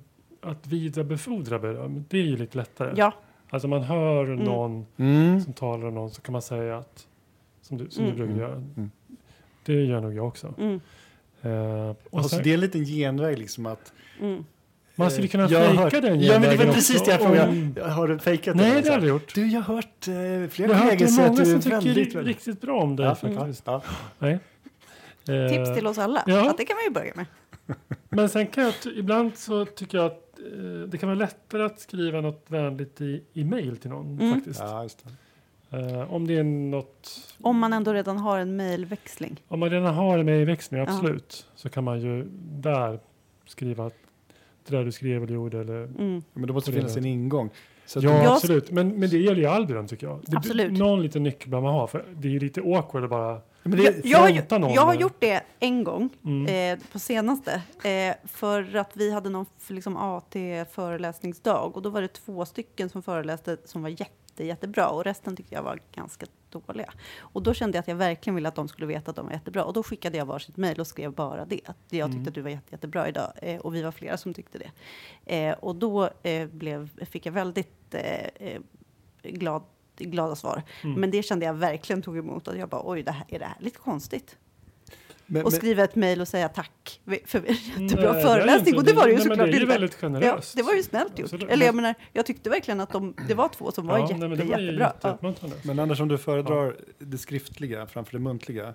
Speaker 3: att vidarebefordra beröm. Det är ju lite lättare.
Speaker 2: ja.
Speaker 3: Alltså man hör
Speaker 2: Mm.
Speaker 3: någon
Speaker 1: Mm.
Speaker 3: som talar om någon så kan man säga att som du, som
Speaker 2: Mm.
Speaker 3: du brukar
Speaker 1: Mm.
Speaker 3: göra.
Speaker 1: Mm.
Speaker 3: Det gör nog jag också.
Speaker 2: Mm.
Speaker 3: Eh, och
Speaker 1: Alltså,
Speaker 3: sen,
Speaker 1: det är en liten genväg liksom att... eh,
Speaker 2: Mm.
Speaker 3: man skulle kunna
Speaker 1: Jag har
Speaker 3: fejka
Speaker 1: hört-
Speaker 3: den
Speaker 1: Ja, men det
Speaker 3: genvägen
Speaker 1: var precis
Speaker 3: också,
Speaker 1: det jag
Speaker 3: om-
Speaker 1: frågade. Har du fejkat
Speaker 3: Nej, det har
Speaker 1: Så
Speaker 3: jag
Speaker 1: här,
Speaker 3: aldrig gjort.
Speaker 1: Du, jag har hört eh, flera
Speaker 3: Jag har hört det
Speaker 1: kollegor
Speaker 3: är
Speaker 1: säga att
Speaker 3: många
Speaker 1: du är
Speaker 3: som tycker
Speaker 1: väldigt,
Speaker 3: ri-
Speaker 1: väldigt...
Speaker 3: riktigt bra om dig faktiskt.
Speaker 1: Ja.
Speaker 3: Eh,
Speaker 2: Mm. Tips till oss alla,
Speaker 3: ja.
Speaker 2: att det kan man ju börja med.
Speaker 3: Men sen kan jag, ty- ibland så tycker jag att eh, det kan vara lättare att skriva något vänligt i, i mail till någon
Speaker 2: Mm.
Speaker 3: faktiskt.
Speaker 1: Ja, just det.
Speaker 3: Eh, om det är något,
Speaker 2: Om man ändå redan har en mejlväxling.
Speaker 3: om man redan har det med i växling,
Speaker 2: Ja.
Speaker 3: absolut, så kan man ju där skriva att det där du skrev eller gjorde eller
Speaker 2: Mm.
Speaker 1: Men då måste
Speaker 3: Och
Speaker 1: det
Speaker 3: det
Speaker 1: finnas
Speaker 3: där.
Speaker 1: en ingång. Så att
Speaker 3: Ja,
Speaker 2: Jag-
Speaker 3: absolut. Men, men det gäller ju all beröm tycker jag. Det,
Speaker 2: Absolut.
Speaker 3: Någon liten nyckel bör man ha. För det är ju lite awkward att bara...
Speaker 1: Men
Speaker 2: Jag,
Speaker 1: det,
Speaker 2: jag, har,
Speaker 3: fronta
Speaker 2: ju-
Speaker 3: någon
Speaker 2: jag har
Speaker 3: där.
Speaker 2: gjort det en gång
Speaker 3: Mm.
Speaker 2: eh, på senaste eh, för att vi hade någon f- liksom, AT-föreläsningsdag och då var det två stycken som föreläste som var jätte, jättebra och resten tyckte jag var ganska dåliga. Och då kände jag att jag verkligen ville att de skulle veta att de var jättebra och då skickade jag varsitt mejl och skrev bara det. Att jag tyckte
Speaker 3: Mm.
Speaker 2: att du var jätte, jättebra idag eh, och vi var flera som tyckte det. Eh, och då eh, blev, fick jag väldigt eh, eh, glad glada svar.
Speaker 3: Mm.
Speaker 2: Men det kände jag verkligen tog emot. Att jag bara, oj, det här, är det här lite konstigt?
Speaker 1: Men,
Speaker 2: Och
Speaker 1: men-
Speaker 2: skriva ett mejl och säga tack för en jättebra
Speaker 3: Mm, Nej,
Speaker 2: föreläsning.
Speaker 3: är
Speaker 2: och det var det ju
Speaker 3: nej,
Speaker 2: såklart
Speaker 3: men Det är ju
Speaker 2: inte.
Speaker 3: väldigt
Speaker 2: Ja,
Speaker 3: generöst.
Speaker 2: det var ju snällt gjort.
Speaker 3: Absolut.
Speaker 2: Eller jag menar, jag tyckte verkligen att de, det var två som var jätte,
Speaker 3: nej, men det var ju
Speaker 2: jättebra. Ja.
Speaker 3: jätteuppmuntrande.
Speaker 1: Men Anders, om du föredrar det skriftliga framför det muntliga.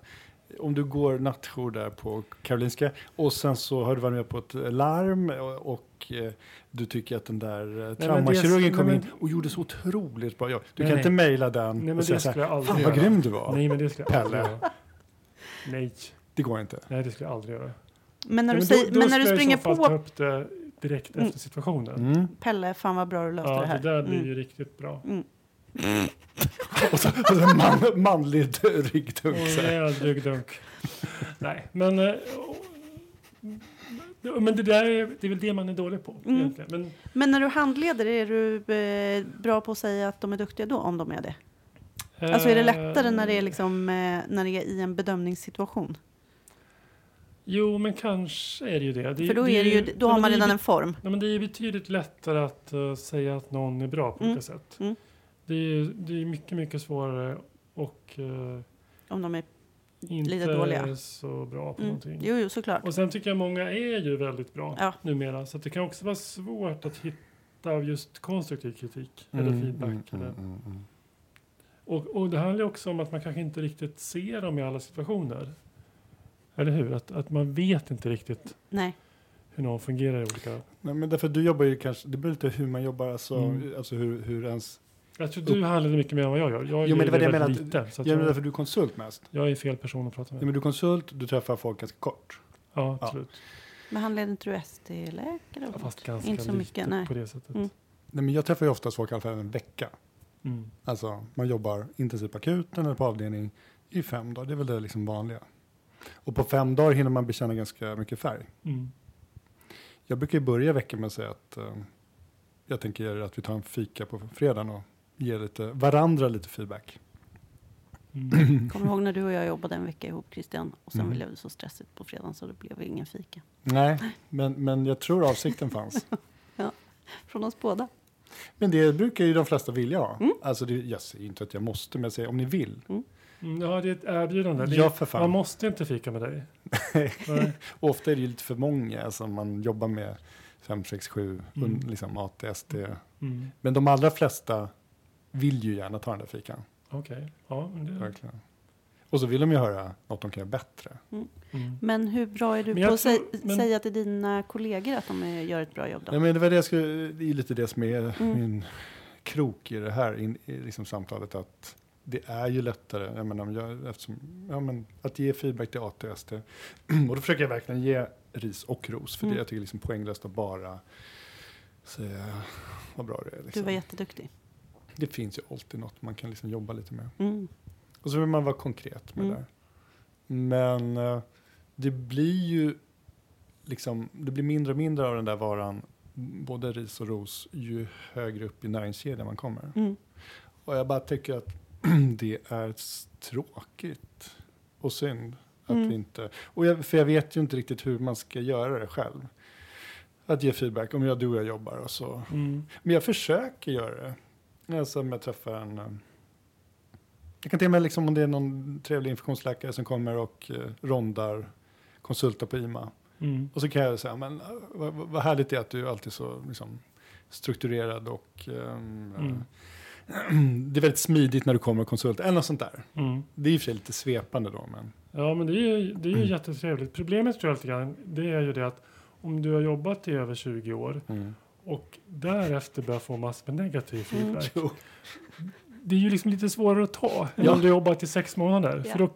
Speaker 1: Om du går nattjour där på Karolinska och sen så har du varit med på ett larm och, och eh, du tycker att den där eh,
Speaker 3: det-
Speaker 1: traumakirurgen kom
Speaker 3: nej,
Speaker 1: in och gjorde så otroligt bra jobb. Du
Speaker 3: Nej,
Speaker 1: kan
Speaker 3: nej.
Speaker 1: inte mejla den
Speaker 3: Nej, men
Speaker 1: och
Speaker 3: det
Speaker 1: säga så
Speaker 3: skulle
Speaker 1: här,
Speaker 3: jag aldrig
Speaker 1: fan vad
Speaker 3: göra.
Speaker 1: grym du var.
Speaker 3: Nej, men det skulle jag aldrig
Speaker 1: Pelle.
Speaker 3: göra. Nej,
Speaker 1: Det går inte.
Speaker 3: nej, det skulle jag aldrig göra.
Speaker 2: Men när du,
Speaker 3: Ja, men
Speaker 2: säger,
Speaker 3: då, då
Speaker 2: men när du
Speaker 3: skulle
Speaker 2: springer
Speaker 3: jag i så fall ta
Speaker 2: på
Speaker 3: upp det direkt
Speaker 2: Mm.
Speaker 3: efter situationen.
Speaker 1: Mm.
Speaker 2: Pelle, fan vad bra du löste det
Speaker 3: Ja,
Speaker 2: här.
Speaker 3: det där blir
Speaker 2: Mm.
Speaker 3: ju riktigt bra.
Speaker 1: Och så, och så man, manlig ryggdunk.
Speaker 3: Och
Speaker 1: så här.
Speaker 3: rejäl ryggdunk. Nej, men... eh, och- Men det där är, det är väl det man är dålig på
Speaker 2: Mm.
Speaker 3: egentligen. Men
Speaker 2: Men när du handleder, är du eh, bra på att säga att de är duktiga då, om de är det? Alltså
Speaker 3: Eh,
Speaker 2: är det lättare när det är, liksom, eh, när det är i en bedömningssituation?
Speaker 3: Jo, men kanske är det ju det. det
Speaker 2: För då, är det ju, då
Speaker 3: nej,
Speaker 2: har
Speaker 3: men
Speaker 2: man
Speaker 3: det är
Speaker 2: redan
Speaker 3: ju-
Speaker 2: en form.
Speaker 3: Nej, men det är ju betydligt lättare att eh, säga att någon är bra på
Speaker 2: Mm.
Speaker 3: olika sätt.
Speaker 2: Mm.
Speaker 3: Det är ju det är mycket, mycket svårare och eh,
Speaker 2: Om de är
Speaker 3: inte
Speaker 2: Lite dåliga.
Speaker 3: så bra på
Speaker 2: mm.
Speaker 3: någonting.
Speaker 2: Jo, jo, såklart.
Speaker 3: Och sen tycker jag många är ju väldigt bra
Speaker 2: Ja.
Speaker 3: numera. Så att det kan också vara svårt att hitta just konstruktiv kritik eller
Speaker 1: Mm,
Speaker 3: feedback.
Speaker 1: mm,
Speaker 3: eller.
Speaker 1: mm, mm, mm.
Speaker 3: Och, och det handlar ju också om att man kanske inte riktigt ser dem i alla situationer. Eller hur? Att, att man vet inte riktigt
Speaker 2: Nej.
Speaker 3: hur någon fungerar i olika...
Speaker 1: Nej, men därför du jobbar ju kanske, det beror lite hur man jobbar, alltså,
Speaker 3: Mm.
Speaker 1: alltså hur, hur ens...
Speaker 3: Jag tror du handlade mycket mer än vad jag gör.
Speaker 1: Jo, men
Speaker 3: Jag
Speaker 1: det
Speaker 3: gör
Speaker 1: var det jag
Speaker 3: väldigt
Speaker 1: menade
Speaker 3: lite. Så att
Speaker 1: Ja, men
Speaker 3: jag,
Speaker 1: därför du är konsult mest.
Speaker 3: jag är fel person att prata
Speaker 1: Ja,
Speaker 3: med.
Speaker 1: men du är konsult, du träffar folk ganska kort.
Speaker 3: Ja,
Speaker 1: Ja.
Speaker 3: absolut.
Speaker 2: Men handleder inte du ST-läkare? och
Speaker 3: Fast
Speaker 2: sånt?
Speaker 3: ganska
Speaker 2: Inte så mycket,
Speaker 3: lite
Speaker 2: nej.
Speaker 3: på det sättet.
Speaker 2: Mm.
Speaker 1: Nej, men jag träffar ju oftast folk i alla fall en vecka.
Speaker 3: Mm.
Speaker 1: Alltså, man jobbar intensivt på akuten eller på avdelning i fem dagar. Det är väl det liksom vanliga. Och på fem dagar hinner man bekänna ganska mycket färg.
Speaker 3: Mm.
Speaker 1: Jag brukar ju börja veckan med att säga att eh, jag tänker att vi tar en fika på fredagen och ger lite, varandra lite feedback.
Speaker 3: Mm.
Speaker 2: Kommer du ihåg när du och jag jobbade en vecka ihop, Christian? Och sen
Speaker 1: Mm.
Speaker 2: blev det så stressigt på fredagen så det blev ingen fika.
Speaker 1: Nej, men, men jag tror avsikten fanns.
Speaker 2: Från oss båda.
Speaker 1: Men det brukar ju de flesta vilja ha.
Speaker 2: Mm.
Speaker 1: Alltså, det, jag säger inte att jag måste, men jag säger om ni vill.
Speaker 3: Mm, Ja, det är ett erbjudande. Det är-
Speaker 1: Ja, för fan.
Speaker 3: Man måste inte fika med dig. Nej.
Speaker 1: Och ofta är det ju lite för många som man jobbar med 5, 6, 7,
Speaker 3: Mm.
Speaker 1: liksom ATSD.
Speaker 3: Mm.
Speaker 1: Men de allra flesta vill ju gärna ta den där fikan.
Speaker 3: Okej. Ja, men
Speaker 2: Mm.
Speaker 3: det...
Speaker 1: Verkligen. Och så vill de ju höra något de kan göra bättre.
Speaker 3: Mm.
Speaker 2: Men hur bra är du på
Speaker 3: Men jag
Speaker 2: att sä-
Speaker 3: tror- men-
Speaker 2: säga till dina kollegor att de eh, gör ett bra jobb? Då?
Speaker 1: Nej, men det, var det, jag skulle, det är ju lite det som är
Speaker 2: Mm.
Speaker 1: min krok i det här in, i liksom samtalet. Att det är ju lättare jag menar, om jag, eftersom, ja, men, att ge feedback till ATSD. och då försöker jag verkligen ge ris och ros. För
Speaker 2: Mm.
Speaker 1: det jag tycker är liksom poänglöst att bara säga vad bra det är.
Speaker 2: Du
Speaker 1: Liksom.
Speaker 2: var jätteduktig.
Speaker 1: Det finns ju alltid något man kan liksom jobba lite med.
Speaker 2: Mm.
Speaker 1: Och så vill man vara konkret med det
Speaker 2: Mm.
Speaker 1: där. Men eh, det blir ju liksom, det blir mindre och mindre av den där varan, både ris och ros, ju högre upp i näringskedjan man kommer.
Speaker 2: Mm.
Speaker 1: Och jag bara tycker att det är s- tråkigt och synd att
Speaker 2: Mm.
Speaker 1: vi inte... Och jag, för jag vet ju inte riktigt hur man ska göra det själv. Att ge feedback om jag, du och jag jobbar och så
Speaker 3: Mm.
Speaker 1: men jag försöker göra det. Alltså om jag träffar en... eh, Jag kan till och med liksom om det är någon trevlig infektionsläkare som kommer och eh, rondar konsulter på IMA.
Speaker 3: Mm.
Speaker 1: Och så kan jag säga, men eh, vad, vad vad härligt det är att du alltid är så liksom, strukturerad och ehm,
Speaker 3: Mm.
Speaker 1: eh, det är väldigt smidigt när du kommer och konsultar. Eller något sånt där.
Speaker 3: Mm.
Speaker 1: Det är i och för sig lite svepande då, men...
Speaker 3: Ja, men det är ju, det är ju
Speaker 1: Mm.
Speaker 3: jättetrevligt. Problemet tror jag lite grann, det är ju det att om du har jobbat i över 20 år och därefter börjar få massor med negativ
Speaker 2: Mm.
Speaker 3: feedback.
Speaker 1: Jo.
Speaker 3: Det är ju liksom lite svårare att ta än
Speaker 1: Ja.
Speaker 3: om du har jobbat i sex månader.
Speaker 2: Ja.
Speaker 3: För då,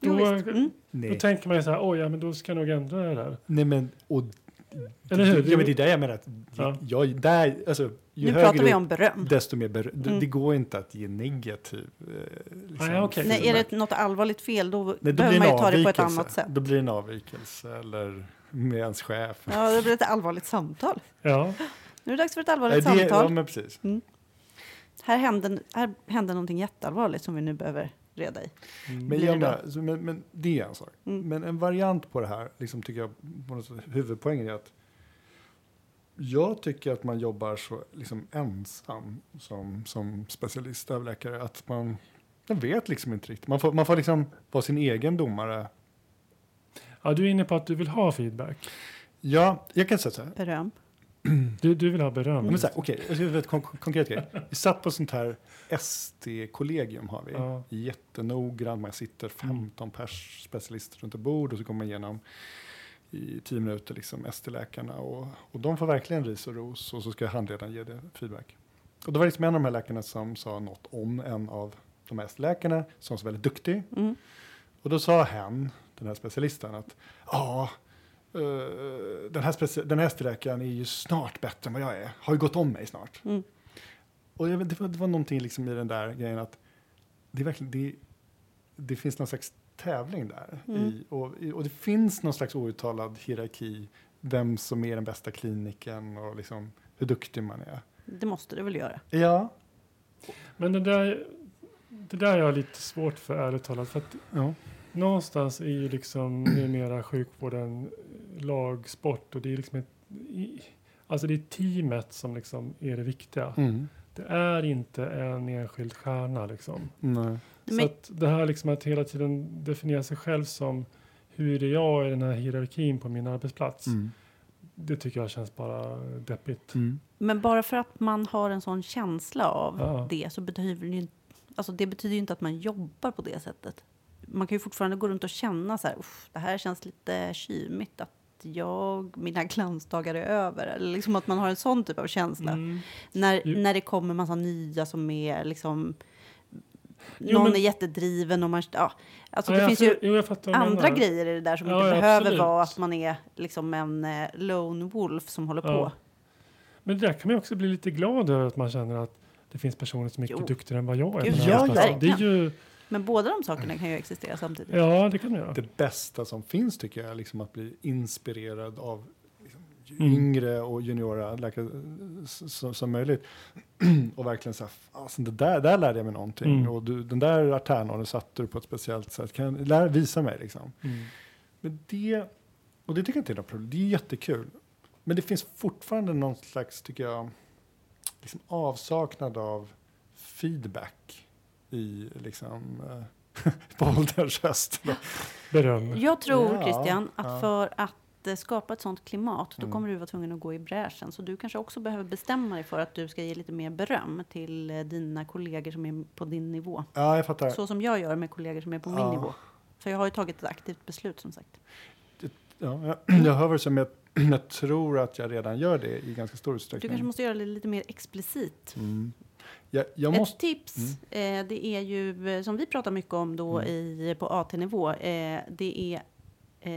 Speaker 2: Jo,
Speaker 3: då,
Speaker 2: visst. Mm.
Speaker 3: då
Speaker 1: Nej.
Speaker 3: tänker man ju så här, oj, ja, men då ska jag nog ändra det där.
Speaker 1: Nej, men... Och,
Speaker 3: Eller hur?
Speaker 1: Ja, men det är där jag menar att...
Speaker 3: Ja.
Speaker 1: Jag, där, alltså, ju
Speaker 2: Nu
Speaker 1: högre
Speaker 2: pratar vi
Speaker 1: upp-
Speaker 2: om beröm.
Speaker 1: desto mer berö- det,
Speaker 2: Mm.
Speaker 1: det går inte att ge negativ eh, liksom,
Speaker 3: Nej, okej.
Speaker 2: Nej, är
Speaker 1: feedback.
Speaker 2: det något allvarligt fel då
Speaker 1: Nej, då blir
Speaker 2: behöver
Speaker 1: det
Speaker 2: man ju
Speaker 1: en
Speaker 2: ta det på ett
Speaker 1: avvikelse.
Speaker 2: annat sätt.
Speaker 1: Då blir det en avvikelse eller med ens chef.
Speaker 2: Ja, det blir ett allvarligt samtal.
Speaker 3: Ja,
Speaker 2: Nu är det dags för ett
Speaker 1: Nej,
Speaker 2: allvarligt
Speaker 1: det, ja,
Speaker 2: samtal.
Speaker 1: men precis.
Speaker 2: Här, hände, här hände någonting jätteallvarligt som vi nu behöver reda i.
Speaker 1: Men,
Speaker 2: Blir
Speaker 1: jag
Speaker 2: det
Speaker 1: menar, så- men, men det är en sak.
Speaker 2: Mm.
Speaker 1: Men en variant på det här, liksom tycker jag, på något sätt, huvudpoängen är att jag tycker att man jobbar så liksom ensam som, som specialist, överläkare, att man, man vet liksom inte riktigt. Man får, man får liksom vara sin egen domare.
Speaker 3: Ja, du är inne på att du vill ha feedback.
Speaker 1: Ja, jag kan säga så här.
Speaker 2: Beröm.
Speaker 3: Du, du vill ha beröm.
Speaker 1: Men så här, okej, jag ska göra ett kon- konkret grej. Vi satt på sånt här ST-kollegium har vi.
Speaker 3: Ja.
Speaker 1: Jättenoggrant, man sitter 15 pers specialister runt ett bord och så går man igenom i 10 minuter liksom ST-läkarna och, och de får verkligen ris och ros och så ska handledaren ge det feedback. Och det var liksom en av de här läkarna som sa något om en av de här ST-läkarna som var väldigt duktig
Speaker 2: Mm.
Speaker 1: och då sa han, den här specialisten, att ja, eh, den här, speci- den här ST-läkaren är ju snart bättre än vad jag är, har ju gått om mig snart.
Speaker 2: Mm.
Speaker 1: Och jag vet, det, var, det var någonting liksom i den där grejen att det, är verkligen, det, det finns någon slags tävling där. I, och, i- och det finns någon slags outtalad hierarki, vem som är den bästa kliniken och liksom hur duktig man är.
Speaker 2: Det måste du väl göra?
Speaker 1: Ja,
Speaker 3: Men det där, det där jag har lite svårt för ärligt talat. För att
Speaker 1: ja.
Speaker 3: någonstans är ju liksom numera sjukvården lagsport och det är liksom ett, i- alltså det är teamet som liksom är det viktiga.
Speaker 1: Mm.
Speaker 3: Det är inte en enskild stjärna liksom.
Speaker 1: Nej.
Speaker 2: Men-
Speaker 3: Så att det här liksom att hela tiden definiera sig själv som hur är jag i den här hierarkin på min arbetsplats?
Speaker 1: Mm.
Speaker 3: Det tycker jag känns bara deppigt.
Speaker 1: Mm.
Speaker 2: Men bara för att man har en sån känsla av
Speaker 3: Ja.
Speaker 2: det så betyder det, ju, alltså det betyder ju inte att man jobbar på det sättet. Man kan ju fortfarande gå runt och känna så här, "Uff, det här känns lite kymigt att jag, mina glansdagar är över. Eller liksom att man har en sån typ av känsla.
Speaker 3: Mm.
Speaker 2: När,
Speaker 3: Jo.
Speaker 2: när det kommer massa nya som är liksom...
Speaker 3: Jo,
Speaker 2: någon
Speaker 3: men-
Speaker 2: är jättedriven och man... Ja, alltså
Speaker 3: Ja,
Speaker 2: det
Speaker 3: jag
Speaker 2: finns
Speaker 3: för-
Speaker 2: ju
Speaker 3: jo, jag fattar vad du
Speaker 2: andra
Speaker 3: menar.
Speaker 2: grejer i det där som
Speaker 3: Mm. Ja,
Speaker 2: inte
Speaker 3: ja,
Speaker 2: behöver
Speaker 3: absolut.
Speaker 2: vara att man är liksom en eh, lone wolf som håller
Speaker 3: Ja.
Speaker 2: på.
Speaker 3: Men det där kan man ju också bli lite glad över att man känner att det finns personer som är mycket
Speaker 2: Jo.
Speaker 3: duktigare än vad jag är. på
Speaker 2: Gud,
Speaker 3: den
Speaker 1: ja,
Speaker 3: här platsen. det är ju,
Speaker 2: Men båda de sakerna kan ju existera samtidigt.
Speaker 3: ja, det kan man göra.
Speaker 1: det bästa som finns tycker jag är liksom att bli inspirerad av liksom,
Speaker 3: Mm.
Speaker 1: yngre och juniora läkare eh, s- som, som möjligt. och verkligen så här, "Fasen, det där, där lärde jag mig någonting.
Speaker 3: Mm.
Speaker 1: Och du, den där artärnorren satte du på ett speciellt sätt. Kan jag lära, visa mig liksom.
Speaker 3: Mm.
Speaker 1: Men det, och det tycker jag inte är något problem. Det är jättekul. Men det finns fortfarande någon slags, tycker jag, liksom avsaknad av feedback i liksom eh, på ålderns höst. då.
Speaker 3: Beröm.
Speaker 2: Jag tror,
Speaker 1: Ja,
Speaker 2: Christian, att
Speaker 1: ja.
Speaker 2: för att eh, skapa ett sånt klimat, då
Speaker 1: Mm.
Speaker 2: kommer du vara tvungen att gå i bräschen. Så du kanske också behöver bestämma dig för att du ska ge lite mer beröm till eh, dina kollegor som är på din nivå.
Speaker 1: Ja, jag fattar.
Speaker 2: Så som jag gör med kollegor som är på min
Speaker 1: Ja.
Speaker 2: nivå. För jag har ju tagit ett aktivt beslut som sagt.
Speaker 1: Ja, jag, jag hör vad du säger, men jag, jag tror att jag redan gör det i ganska stor
Speaker 2: Du
Speaker 1: utsträckning.
Speaker 2: kanske måste göra det lite mer explicit.
Speaker 1: mm. jag, jag
Speaker 2: Ett
Speaker 1: måste...
Speaker 2: tips, eh, det är ju eh, som vi pratar mycket om då
Speaker 1: Mm.
Speaker 2: i, på AT-nivå, eh, det är,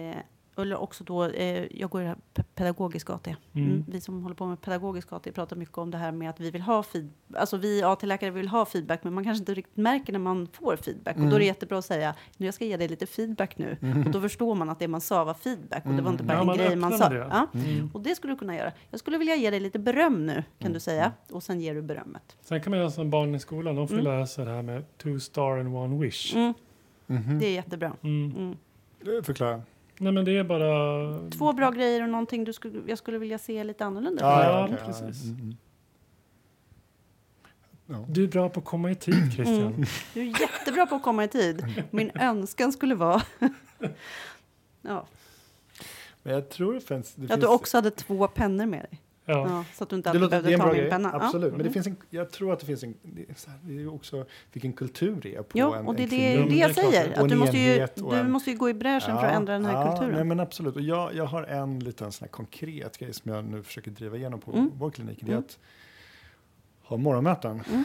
Speaker 2: eh, eller också då, eh, jag går i det här pe- pedagogisk AT.
Speaker 3: Mm.
Speaker 2: Mm. Vi som håller på med pedagogisk AT pratar mycket om det här med att vi vill ha feedback, alltså vi AT-läkare vill ha feedback, men man kanske inte riktigt märker när man får feedback. Och
Speaker 1: Mm.
Speaker 2: då är det jättebra att säga, nu jag ska ge dig lite feedback nu.
Speaker 1: Mhm.
Speaker 2: Och då förstår man att det man sa var feedback och det var inte
Speaker 1: Mm.
Speaker 2: bara
Speaker 3: Ja,
Speaker 2: en
Speaker 3: man
Speaker 2: grej man
Speaker 3: öppnar
Speaker 2: sa.
Speaker 3: med det.
Speaker 2: Ja.
Speaker 1: Mm.
Speaker 2: Och det skulle du kunna göra. Jag skulle vilja ge dig lite beröm nu, kan du säga. Och sen ger du berömmet.
Speaker 3: Sen kan man göra som barn i skolan, de får
Speaker 2: Mm.
Speaker 3: lära sig det här med two star and one wish.
Speaker 2: Mm.
Speaker 1: Mhm.
Speaker 2: Det är jättebra.
Speaker 3: Mm.
Speaker 2: Mm.
Speaker 1: Eh, Förklara.
Speaker 3: Nej men det är bara...
Speaker 2: Två bra grejer och någonting du skulle, jag skulle vilja se lite annorlunda.
Speaker 3: Ja,
Speaker 2: ut.
Speaker 1: okej,
Speaker 3: precis.
Speaker 1: mm, mm. Ja.
Speaker 3: Du är bra på att komma i tid Christian.
Speaker 2: Mm. Du är jättebra på att komma i tid. Min önskan skulle vara ja,
Speaker 1: Men jag tror det finns... Det,
Speaker 2: att
Speaker 1: finns,
Speaker 2: du också hade två pennor med dig.
Speaker 3: Ja.
Speaker 2: Ja, så att du inte
Speaker 1: det,
Speaker 2: alltid
Speaker 1: låter, det är
Speaker 2: behövde
Speaker 1: en
Speaker 2: ta
Speaker 1: bra
Speaker 2: min
Speaker 1: grej,
Speaker 2: penna. Ja.
Speaker 1: absolut. Men det
Speaker 2: Mm.
Speaker 1: finns en, jag tror att det finns en... Det är, så här, det är ju också vilken kultur det är på
Speaker 2: Jo,
Speaker 1: en
Speaker 2: och det är
Speaker 1: en
Speaker 2: det,
Speaker 1: klinik.
Speaker 3: men
Speaker 2: det
Speaker 3: det är
Speaker 2: jag
Speaker 3: klart
Speaker 1: det
Speaker 2: säger.
Speaker 1: är.
Speaker 2: Att du,
Speaker 1: Och en
Speaker 2: måste ju,
Speaker 1: enhet och
Speaker 2: du
Speaker 1: en-
Speaker 2: måste ju gå i bräschen för att ändra den här
Speaker 1: ja, Nej,
Speaker 2: kulturen.
Speaker 1: men absolut. Och jag, jag har en liten sån här konkret grej som jag nu försöker driva igenom på
Speaker 2: Mm.
Speaker 1: vår klinik. Det är
Speaker 2: Mm.
Speaker 1: att ha morgonmöten
Speaker 2: Mm.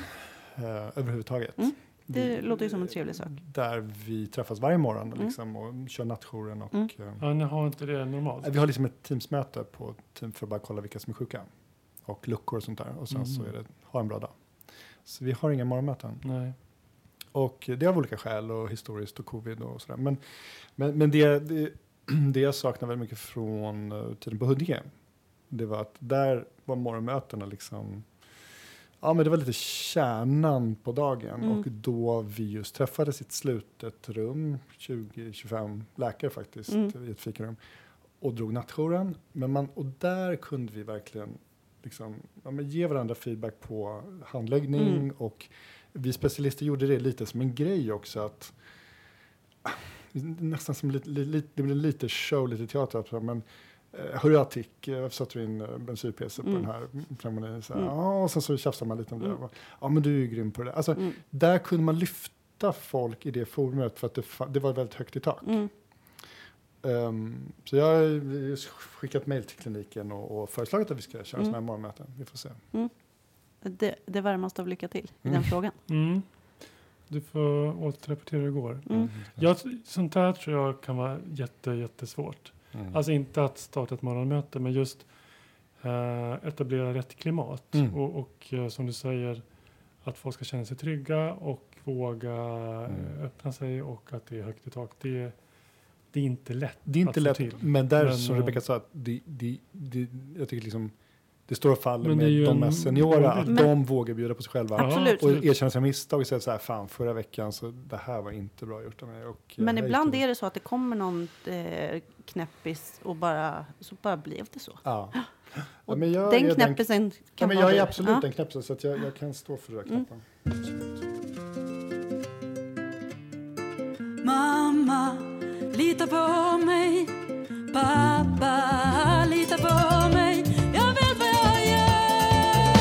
Speaker 1: eh, överhuvudtaget.
Speaker 2: Mm. Det
Speaker 1: Vi-
Speaker 2: låter ju som en trevlig sak.
Speaker 1: Där vi träffas varje morgon
Speaker 2: Mm.
Speaker 1: liksom, och kör nattjouren. Och,
Speaker 2: Mm.
Speaker 1: eh,
Speaker 3: ja, ni har inte det normalt.
Speaker 1: vi har liksom ett teamsmöte på team för att bara kolla vilka som är sjuka och luckor och sånt där. Och sen
Speaker 3: Mm.
Speaker 1: så är det ha en bra dag. Så vi har inga morgonmöten.
Speaker 3: Nej.
Speaker 1: Och det är av olika skäl och historiskt och covid och sådär. Men, men, men det, det, det jag saknar väldigt mycket från eh, tiden på Huddinge, det var att där var morgonmötena liksom, ja men det var lite kärnan på dagen
Speaker 2: Mm.
Speaker 1: och då vi just träffades i ett slutet rum, 20-25 läkare faktiskt
Speaker 2: Mm.
Speaker 1: i ett fikarum. och drog nattjouren. Men man, och där kunde vi verkligen liksom, ja, men ge varandra feedback på handläggning
Speaker 2: Mm.
Speaker 1: och vi specialister gjorde det lite som en grej också att ah, nästan som lite, li- li- det blev lite show, lite teater. att säga, Men, eh, hurra Tick, eh, varför satte du in eh, en syrpjäser på
Speaker 2: Mm.
Speaker 1: den här ceremonin? Så här,
Speaker 2: Mm.
Speaker 1: ja, och sen så tjafsade man lite om det.
Speaker 2: Mm.
Speaker 1: Ja, men du är ju grym på det. Alltså,
Speaker 2: Mm.
Speaker 1: Där kunde man lyfta folk i det forumet för att det, fa- det var väldigt högt i tak.
Speaker 2: Mm.
Speaker 1: Ehm, så jag har ju skickat mejl till kliniken och, och föreslagit att vi ska köra
Speaker 2: Mm.
Speaker 1: sådana här morgonmöten. Vi får se.
Speaker 2: Det, det varmaste av lycka till i
Speaker 1: Mm.
Speaker 2: den frågan.
Speaker 3: Mm. Du får återrapportera hur det går.
Speaker 2: Mm.
Speaker 3: Jag, sånt där tror jag kan vara jätte, jättesvårt.
Speaker 1: Mm.
Speaker 3: Alltså inte att starta ett morgonmöte, men just eh, etablera rätt klimat.
Speaker 1: Mm.
Speaker 3: Och, och eh, som du säger, att folk ska känna sig trygga och våga
Speaker 1: Mm.
Speaker 3: eh, öppna sig och att det är högt i tak. Det, det är inte lätt.
Speaker 1: Det är inte
Speaker 3: att få
Speaker 1: lätt,
Speaker 3: till.
Speaker 1: men där
Speaker 3: Men,
Speaker 1: som
Speaker 3: eh,
Speaker 1: Rebecca sa, att det, det, det, jag tycker liksom det står och faller
Speaker 3: Men det är ju
Speaker 1: med de
Speaker 3: en-
Speaker 1: mest seniora, att
Speaker 2: Men-
Speaker 1: de vågar bjuda på sig själva.
Speaker 3: Ja,
Speaker 2: Absolut.
Speaker 1: Och erkänna sina misstag och säga så här, fan förra veckan så det här var inte bra gjort av mig. Och, eh,
Speaker 2: Men
Speaker 1: hej
Speaker 2: ibland
Speaker 1: till-
Speaker 2: är det så att det kommer någon eh, knäppis och bara, så bara blev det så.
Speaker 1: Ja. Ja,
Speaker 2: Och
Speaker 1: men jag är
Speaker 2: den knäppisen kan
Speaker 1: ja, men
Speaker 2: vara
Speaker 1: jag är
Speaker 2: du.
Speaker 1: absolut
Speaker 2: Ja.
Speaker 1: en knäpp så att jag, jag kan stå för det där
Speaker 2: Mm.
Speaker 1: knappen.
Speaker 4: Mamma, lita på mig. Pappa, lita på mig. Jag vet vad jag gör.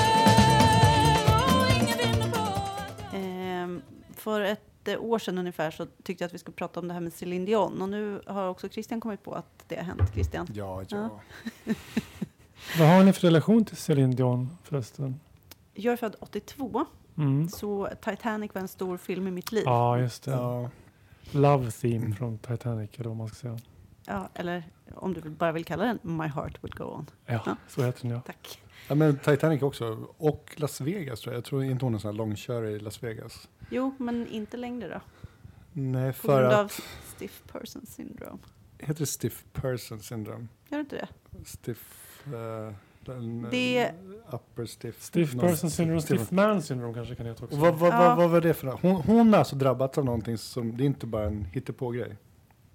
Speaker 4: Och ingen vinner på att jag...
Speaker 2: Ehm, för ett eh, år sedan ungefär så tyckte jag att vi skulle prata om det här med Céline Dion. Och nu har också Christian kommit på att det har hänt. Christian?
Speaker 1: Ja, ja.
Speaker 2: Ja.
Speaker 3: Vad har ni för relation till Céline Dion förresten?
Speaker 2: Jag är född 82,
Speaker 3: Mm.
Speaker 2: så Titanic var en stor film i mitt liv.
Speaker 3: Ja, just det.
Speaker 1: ja. Mm.
Speaker 3: Love theme från Titanic, eller vad man ska säga.
Speaker 2: Ja, eller om du bara vill kalla den My heart will go on.
Speaker 3: Ja,
Speaker 2: Ja.
Speaker 3: så heter den ja.
Speaker 2: Tack.
Speaker 1: Ja, men Titanic också. Och Las Vegas tror jag. Jag tror inte hon är sån här långkörare i Las Vegas.
Speaker 2: Jo, men inte längre då.
Speaker 1: Nej,
Speaker 2: På
Speaker 1: för
Speaker 2: grund
Speaker 1: att...
Speaker 2: av stiff person syndrome.
Speaker 1: Heter det stiff person syndrome?
Speaker 2: Gör det inte det?
Speaker 1: Stiff... eh, den, eh,
Speaker 2: Det-
Speaker 1: Upper stiff...
Speaker 3: Stiff
Speaker 1: någon-
Speaker 3: person syndrome,
Speaker 1: stiff-
Speaker 3: stiff man syndrome kanske kan heta
Speaker 1: Och
Speaker 3: också.
Speaker 1: Vad, vad,
Speaker 2: Ja.
Speaker 1: vad, vad var det för något? Hon, hon har alltså drabbats av någonting som... Det är inte bara en hittepågrej.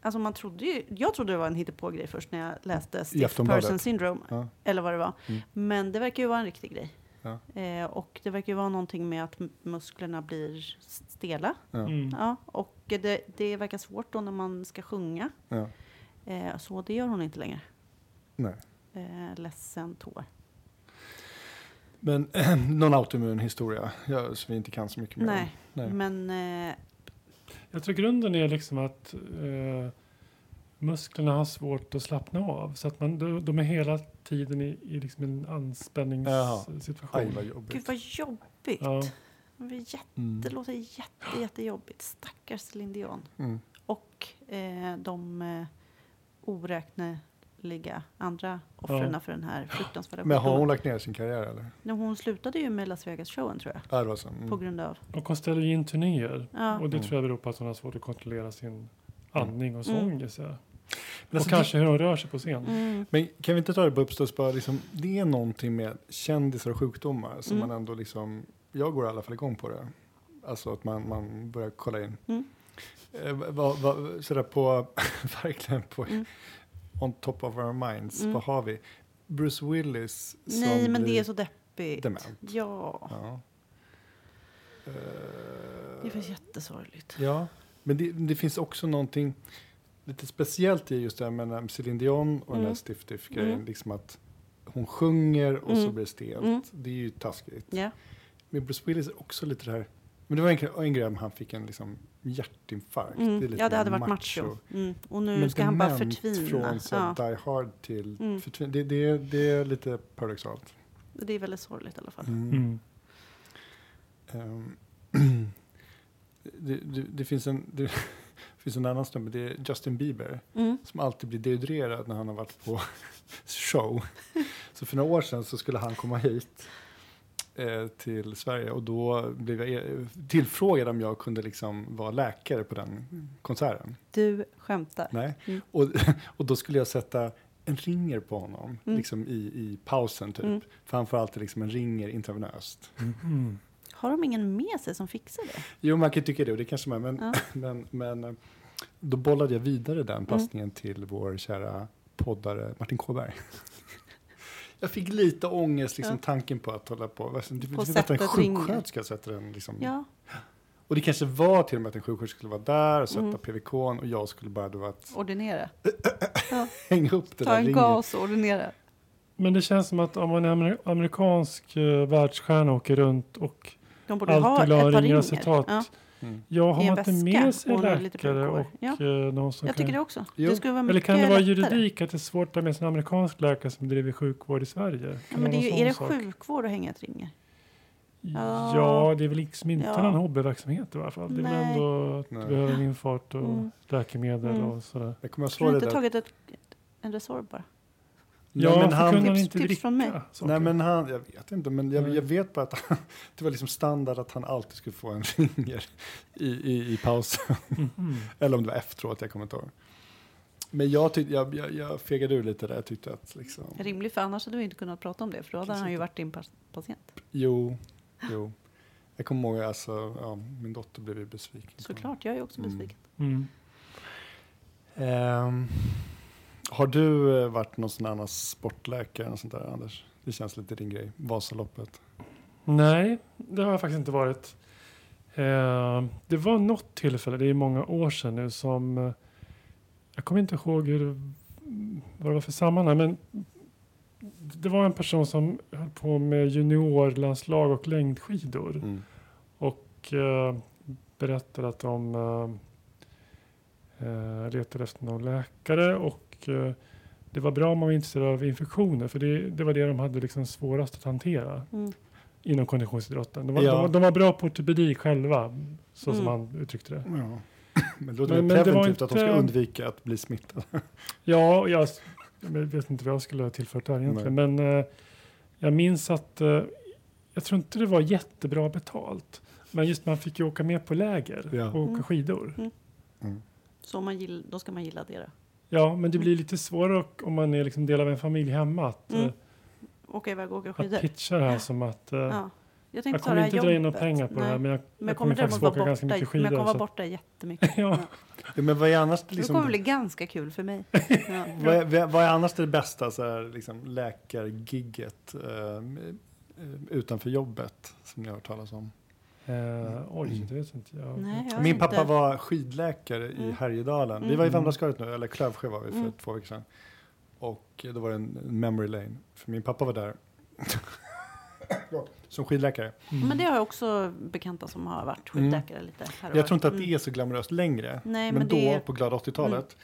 Speaker 2: Alltså man trodde ju, jag trodde det var en hittepågrej först när jag läste Stiff
Speaker 1: Aftonbladet.
Speaker 2: Person Syndrome,
Speaker 1: Ja.
Speaker 2: eller vad det var.
Speaker 1: Mm.
Speaker 2: Men det verkar ju vara en riktig grej.
Speaker 1: Ja.
Speaker 2: Eh, och det verkar ju vara någonting med att m- musklerna blir stela.
Speaker 1: Ja.
Speaker 3: Mm.
Speaker 2: Ja, och det, det verkar svårt då när man ska sjunga.
Speaker 1: Ja.
Speaker 2: Eh, så det gör hon inte längre.
Speaker 1: Nej.
Speaker 2: Eh, ledsen tår.
Speaker 1: Men någon autoimmun historia ja, som vi inte kan så mycket mer om.
Speaker 2: Nej,
Speaker 1: Nej.
Speaker 2: men eh,
Speaker 3: Jag tror grunden är liksom att eh, musklerna har svårt att slappna av. Så att man, de, de är hela tiden i, i liksom en
Speaker 1: Jaha. Aj, vad
Speaker 3: anspänningssituation.
Speaker 1: jobbigt.
Speaker 2: gud vad jobbigt.
Speaker 3: Ja.
Speaker 2: Det, blir jätte,
Speaker 1: Mm.
Speaker 2: det låter jätte, jättejobbigt. Stackars Céline Dion.
Speaker 1: Mm.
Speaker 2: Och eh, de eh, oräkneliga andra offren
Speaker 3: Ja.
Speaker 2: för den här fruktansvärda
Speaker 1: Men har hon
Speaker 2: sjukdomen.
Speaker 1: lagt ner sin karriär eller?
Speaker 2: Nej, hon slutade ju med Las Vegas-showen tror jag.
Speaker 1: Ja, det var så. Mm.
Speaker 2: På grund av...
Speaker 3: Och hon ställer ju in turnéer.
Speaker 2: Ja.
Speaker 3: Och det
Speaker 1: Mm.
Speaker 3: tror jag beror på att hon har svårt att kontrollera sin andning och sång.
Speaker 2: Mm.
Speaker 3: gissar jag.
Speaker 1: Men alltså,
Speaker 3: och kanske hur hon rör sig på scen.
Speaker 2: Mm.
Speaker 1: Men kan vi inte ta det på uppstuds bara liksom, det är någonting med kändisar och sjukdomar som
Speaker 2: Mm.
Speaker 1: man ändå liksom, jag går i alla fall igång på det. Alltså att man, man börjar kolla in.
Speaker 2: Mm.
Speaker 1: Eh, vad- vad- sådär på, verkligen på,
Speaker 2: Mm.
Speaker 1: on top of our minds,
Speaker 2: Mm.
Speaker 1: vad har vi? Bruce Willis som
Speaker 2: Nej, men det
Speaker 1: blir
Speaker 2: är så deppigt.
Speaker 1: dement.
Speaker 2: Ja,
Speaker 1: Ja. Eh,
Speaker 2: det var jättesorgligt.
Speaker 1: Ja, men det, det finns också någonting lite speciellt i just det här med den här Céline Dion och den här
Speaker 2: Mm.
Speaker 1: Stiff Diff grejen.
Speaker 2: Mm.
Speaker 1: Liksom att hon sjunger och så
Speaker 2: Mm.
Speaker 1: blir det stelt.
Speaker 2: Mm.
Speaker 1: Det är ju taskigt.
Speaker 2: Ja.
Speaker 1: Men Bruce Willis är också lite det här. Men det var en, en grej om han fick en liksom hjärtinfarkt.
Speaker 2: Mm.
Speaker 1: Det är lite
Speaker 2: ja, det hade
Speaker 1: mer
Speaker 2: varit macho. Mm. Och nu
Speaker 1: Men
Speaker 2: ska han bara
Speaker 1: dement
Speaker 2: förtvina.
Speaker 1: Från så här
Speaker 2: Ja.
Speaker 1: Die Hard till
Speaker 2: Mm.
Speaker 1: förtvin- det, det, det är lite paradoxalt.
Speaker 2: Det är väldigt sorgligt i alla fall.
Speaker 1: Mm.
Speaker 3: Mm.
Speaker 1: Ehm, det, det, det, finns en, det finns en annan snubbe, det är Justin Bieber.
Speaker 2: Mm.
Speaker 1: som alltid blir deodorerad när han har varit på show. Så för några år sedan så skulle han komma hit eh, till Sverige och då blev jag er- tillfrågad om jag kunde liksom vara läkare på den konserten.
Speaker 2: Du skämtar.
Speaker 1: Nej.
Speaker 2: Mm.
Speaker 1: Och, och då skulle jag sätta en ringer på honom,
Speaker 2: Mm.
Speaker 1: liksom i, i pausen typ.
Speaker 2: Mm.
Speaker 1: För han får alltid liksom en ringer intravenöst.
Speaker 3: Mm.
Speaker 2: Har de ingen med sig som fixar det?
Speaker 1: Jo, man kan ju tycka det och det kanske man, men,
Speaker 2: Ja. Mm.
Speaker 1: men, men eh, då bollade jag vidare den passningen till vår kära poddare Martin Kåberg. Jag fick lite ångest, liksom, tanken på att hålla på. Alltså, Det, det, det, det,
Speaker 2: sätta
Speaker 1: en
Speaker 2: ett ringar.
Speaker 1: sjuksköterska sätter en liksom,
Speaker 2: Ja,
Speaker 1: Och det kanske var till och med att en sjuksköterska skulle vara där och sätta
Speaker 2: Mm.
Speaker 1: PVK och jag skulle bara då att
Speaker 2: ordinera.
Speaker 1: hänga upp den
Speaker 2: Ta
Speaker 1: där
Speaker 2: en
Speaker 1: ringen.
Speaker 2: gas och ordinera.
Speaker 3: Men det känns som att om en amer- amerikansk eh, världsstjärna åker runt och
Speaker 2: De borde ha
Speaker 3: alltid
Speaker 2: ett par
Speaker 3: la ringar
Speaker 2: ringar.
Speaker 3: och citat.
Speaker 2: Ja.
Speaker 3: Ja.
Speaker 1: Mm.
Speaker 2: I
Speaker 3: har
Speaker 2: en
Speaker 3: man inte
Speaker 2: väska
Speaker 3: med sig
Speaker 2: och några lite
Speaker 3: läkare
Speaker 2: protokoll.
Speaker 3: och eh, någon som
Speaker 2: Jag
Speaker 3: kan...
Speaker 2: tycker det också.
Speaker 1: Jo.
Speaker 2: Det skulle vara
Speaker 3: Eller
Speaker 2: mycket
Speaker 3: kan det vara
Speaker 2: lättare.
Speaker 3: juridik att det är svårt att ta med sig en amerikansk läkare som driver sjukvård i Sverige?
Speaker 2: Ja, men det är, ju,
Speaker 3: någon
Speaker 2: är det
Speaker 3: sån sak?
Speaker 2: sjukvård att hänga ett ringer? Ja.
Speaker 3: Ja, det är väl liksom inte
Speaker 2: Ja.
Speaker 3: någon hobbyverksamhet i varje fall. Det är väl
Speaker 2: Nej.
Speaker 3: ändå att
Speaker 1: Nej.
Speaker 3: du behöver en infart och
Speaker 2: Mm.
Speaker 3: läkemedel
Speaker 2: Mm.
Speaker 3: och sådär.
Speaker 1: Jag kommer att
Speaker 2: Skulle
Speaker 1: svara
Speaker 2: du
Speaker 1: det
Speaker 2: inte
Speaker 1: där.
Speaker 2: tagit ett, en Resorb bara?
Speaker 1: Nej,
Speaker 3: Ja,
Speaker 1: men
Speaker 3: för
Speaker 1: han-
Speaker 3: kunde han
Speaker 2: Tips-
Speaker 3: inte
Speaker 2: tips
Speaker 3: dricka
Speaker 2: från mig.
Speaker 3: saker?
Speaker 1: Nej men han, jag vet inte, men jag,
Speaker 3: Nej.
Speaker 1: jag vet bara att han, det var liksom standard att han alltid skulle få en ringer i, i, i pausen.
Speaker 3: Mhm.
Speaker 1: Eller om det var efteråt, jag kommer inte ihåg. Men jag, tyckte, jag, jag, jag fegade ur lite där, jag tyckte att liksom,
Speaker 2: Rimligt, för annars hade vi inte kunnat prata om det. För då hade
Speaker 1: Precis.
Speaker 2: han ju varit din pas- patient.
Speaker 1: jo, jo. Jag kommer ihåg, alltså, ja, min dotter blev ju besviken. på honom.
Speaker 2: Såklart, jag är också
Speaker 1: Mm.
Speaker 2: besviken.
Speaker 3: Mm.
Speaker 1: Ehm, har du eh, varit någon sån annan sportläkare och sånt där Anders? Det känns lite din grej, Vasaloppet.
Speaker 3: Nej, det har jag faktiskt inte varit. Eh, det var något tillfälle, det är många år sedan nu, som eh, jag kommer inte ihåg hur, det- vad det var för sammanhang, men det var en person som höll på med juniorlandslag och längdskidor
Speaker 1: Mm.
Speaker 3: och eh, berättade att de eh, eh, letade efter någon läkare och eh, det var bra om man var intresserad av infektioner för det, det var det de hade liksom svårast att hantera
Speaker 2: Mm.
Speaker 3: inom konditionsidrotten. De var,
Speaker 1: Ja.
Speaker 3: de, var- de var bra på ortopedi själva, så som
Speaker 2: Mm.
Speaker 3: han uttryckte det.
Speaker 1: Ja. Men det låter
Speaker 3: Men-
Speaker 1: men,
Speaker 3: men det var
Speaker 1: preventivt att de ska
Speaker 3: inte-
Speaker 1: undvika att bli smittade.
Speaker 3: Ja, och jag, jag vet inte vad jag skulle ha tillfört där egentligen, men eh, jag minns att eh, jag tror inte det var jättebra betalt. Men just man fick ju åka med på läger
Speaker 1: Ja.
Speaker 3: och åka
Speaker 2: Mm.
Speaker 3: skidor.
Speaker 2: Så man gill, då ska man gilla det då.
Speaker 3: Ja, men det blir lite svårare och- om man är liksom del av en familj hemma att,
Speaker 2: Mm,
Speaker 3: eh,
Speaker 2: Åka iväg och åka skidor.
Speaker 3: att pitcha det här som att eh,
Speaker 2: Ja. Jag tänkte
Speaker 3: jag
Speaker 2: ta det
Speaker 3: kommer
Speaker 2: här
Speaker 3: inte dra in några
Speaker 2: jobbet.
Speaker 3: pengar på det
Speaker 2: Nej.
Speaker 3: här men jag,
Speaker 2: Men
Speaker 3: jag
Speaker 2: jag kommer
Speaker 3: kommer
Speaker 2: däremot
Speaker 3: faktiskt
Speaker 2: vara
Speaker 3: åka
Speaker 2: borta,
Speaker 3: ganska mycket
Speaker 2: men jag
Speaker 3: skidor.
Speaker 2: kommer vara
Speaker 3: Så att,
Speaker 2: borta jättemycket.
Speaker 3: ja,
Speaker 1: Ja, men vad är annars,
Speaker 2: Det
Speaker 1: liksom,
Speaker 2: kommer bli ganska kul för mig. Ja.
Speaker 1: vad är, vad är annars det bästa så här, liksom, läkargigget eh, eh, utanför jobbet som ni har hört talas om?
Speaker 3: eh, oj, det vet inte jag.
Speaker 2: Nej, jag
Speaker 1: Min
Speaker 2: vet
Speaker 1: pappa
Speaker 2: inte.
Speaker 1: var skidläkare i
Speaker 2: Mm.
Speaker 1: Härjedalen. Vi
Speaker 2: Mm.
Speaker 1: var i Vemdalsskaret nu, eller Klövsjö var vi för
Speaker 2: Mm.
Speaker 1: två veckor sedan. Och då var det en en memory lane, för min pappa var där. Förlåt, Som skidläkare.
Speaker 3: Mm.
Speaker 2: Men det har jag också bekanta som har varit
Speaker 1: Mm.
Speaker 2: skidläkare lite här och
Speaker 1: Jag
Speaker 2: var.
Speaker 1: tror inte att
Speaker 2: Mm.
Speaker 1: det är så glamoröst längre.
Speaker 2: Nej,
Speaker 1: men
Speaker 2: men
Speaker 1: då,
Speaker 2: det-
Speaker 1: på glada 80-talet.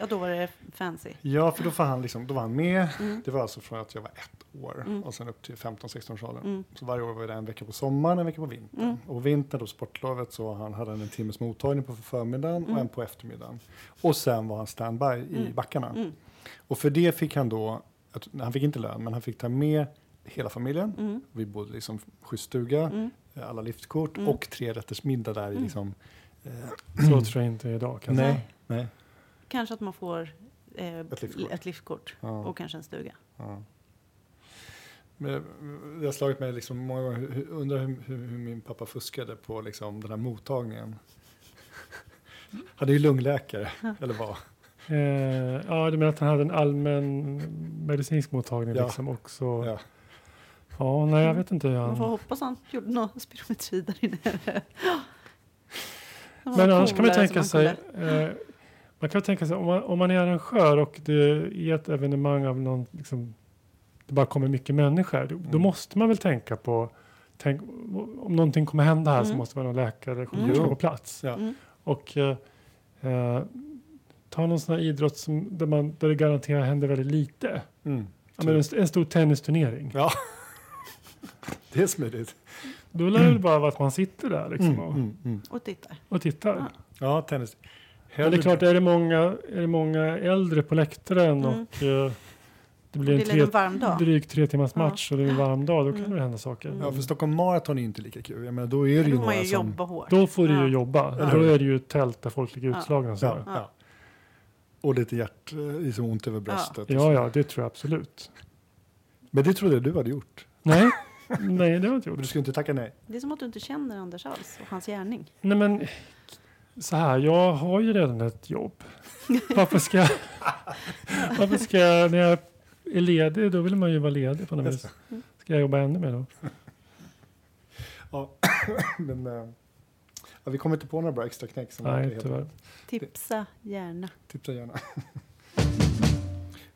Speaker 2: Ja, då var det fancy.
Speaker 1: Ja, för då var, han liksom, då var han med.
Speaker 2: Mm.
Speaker 1: Det var alltså från att jag var ett år
Speaker 2: Mm.
Speaker 1: och sen upp till 15-16 års åldern.
Speaker 2: Mm.
Speaker 1: Så varje år var det en vecka på sommaren en vecka på vintern.
Speaker 2: Mm.
Speaker 1: Och på vintern, då sportlovet, så han hade han en timmes mottagning på förmiddagen
Speaker 2: Mm.
Speaker 1: och en på eftermiddagen. Och sen var han standby i
Speaker 2: Mm.
Speaker 1: backarna.
Speaker 2: Mm.
Speaker 1: Och för det fick han då, jag tror- han fick inte lön, men han fick ta med hela familjen.
Speaker 2: Mm.
Speaker 1: Vi bodde liksom i schysst stuga,
Speaker 2: Mm.
Speaker 1: alla liftkort
Speaker 2: Mm.
Speaker 1: och tre rätters middag där i
Speaker 2: Mm.
Speaker 1: liksom... Eh,
Speaker 3: Så tror jag inte idag kanske.
Speaker 1: nej, nej.
Speaker 2: Kanske att man får eh,
Speaker 1: Ett liftkort.
Speaker 2: ett liftkort
Speaker 1: Ja,
Speaker 2: och kanske en stuga.
Speaker 1: ja. Men jag- det har slagit mig liksom många gånger, hur- hur- undrar hur, hur, hur min pappa fuskade på liksom den här mottagningen. Han är ju lungläkare, eller vad?
Speaker 3: Eh, ja, du menar att han hade en allmän medicinsk mottagning
Speaker 1: Ja.
Speaker 3: liksom också? Ja.
Speaker 1: Ja.
Speaker 3: nej jag vet inte hur
Speaker 2: Man får
Speaker 3: han...
Speaker 2: hoppas han gjorde någon spirometri där inne. Det var
Speaker 3: Men annars kan man
Speaker 2: coolare
Speaker 3: tänka
Speaker 2: som
Speaker 3: sig...
Speaker 2: man
Speaker 3: Eh, man kan tänka sig om man, om man är arrangör och det är ett evenemang av någon... Liksom, det bara kommer mycket människor. Då, då
Speaker 1: Mm.
Speaker 3: måste man väl tänka på... Tänk, om någonting kommer hända här så
Speaker 2: Mm.
Speaker 3: måste det vara någon läkare eller sjuksköterska
Speaker 1: Jo.
Speaker 3: på plats.
Speaker 1: Ja.
Speaker 2: Mm.
Speaker 3: Och... Eh, eh, Ta någon sån här idrott som, där, man, där det garanterat händer väldigt lite.
Speaker 1: Mm.
Speaker 3: Ja, men en, st- en stor tennisturnering.
Speaker 1: Ja, det är smidigt.
Speaker 3: Då lär det bara vara att man sitter där liksom,
Speaker 1: Mm,
Speaker 3: och,
Speaker 1: mm, mm.
Speaker 2: Och tittar.
Speaker 3: och tittar.
Speaker 2: Ja.
Speaker 1: Ja, tennis.
Speaker 3: Men det är klart, är det många, är det många äldre på läktaren
Speaker 2: Mm.
Speaker 3: och eh, det
Speaker 2: Det
Speaker 3: blir
Speaker 2: blir
Speaker 3: en
Speaker 2: en
Speaker 3: tre,
Speaker 2: varm dag.
Speaker 3: dryg tre timmars
Speaker 2: Ja.
Speaker 3: match och det är en varm dag, då kan
Speaker 2: Mm.
Speaker 3: det hända saker.
Speaker 2: Mm.
Speaker 1: Ja, för Stockholm Marathon är ju inte lika kul. Jag menar, då är det
Speaker 2: Då
Speaker 1: ju
Speaker 2: får man
Speaker 1: några
Speaker 2: ju
Speaker 1: som...
Speaker 2: jobba hårt.
Speaker 3: Då får du ju
Speaker 2: Mm. Ja.
Speaker 3: jobba.
Speaker 1: Eller
Speaker 3: Då
Speaker 1: hur?
Speaker 3: är det ju ett tält där folk ligger
Speaker 2: Ja.
Speaker 3: utslagna. och
Speaker 1: Ja,
Speaker 3: sådär.
Speaker 1: ja. Och lite hjärt, eh, liksom ont över bröstet. och
Speaker 3: Ja,
Speaker 1: så.
Speaker 3: ja, det tror jag absolut.
Speaker 1: Men det trodde jag du hade gjort.
Speaker 3: Nej, nej det har jag inte
Speaker 1: Men du
Speaker 3: gjort.
Speaker 1: skulle inte tacka nej.
Speaker 2: Det är som att du inte känner Anders alls och hans gärning.
Speaker 3: Nej, men så här, jag har ju redan ett jobb. Varför ska jag, varför ska jag, när jag är ledig, då vill man ju vara ledig på något vis. Ska jag jobba ännu mer då?
Speaker 1: Ja, men, eh, ja, vi kommer inte på några bra extra knäck. Som verkar
Speaker 3: Nej,
Speaker 1: helt-
Speaker 3: tyvärr.
Speaker 2: Tipsa gärna.
Speaker 1: Tipsa gärna.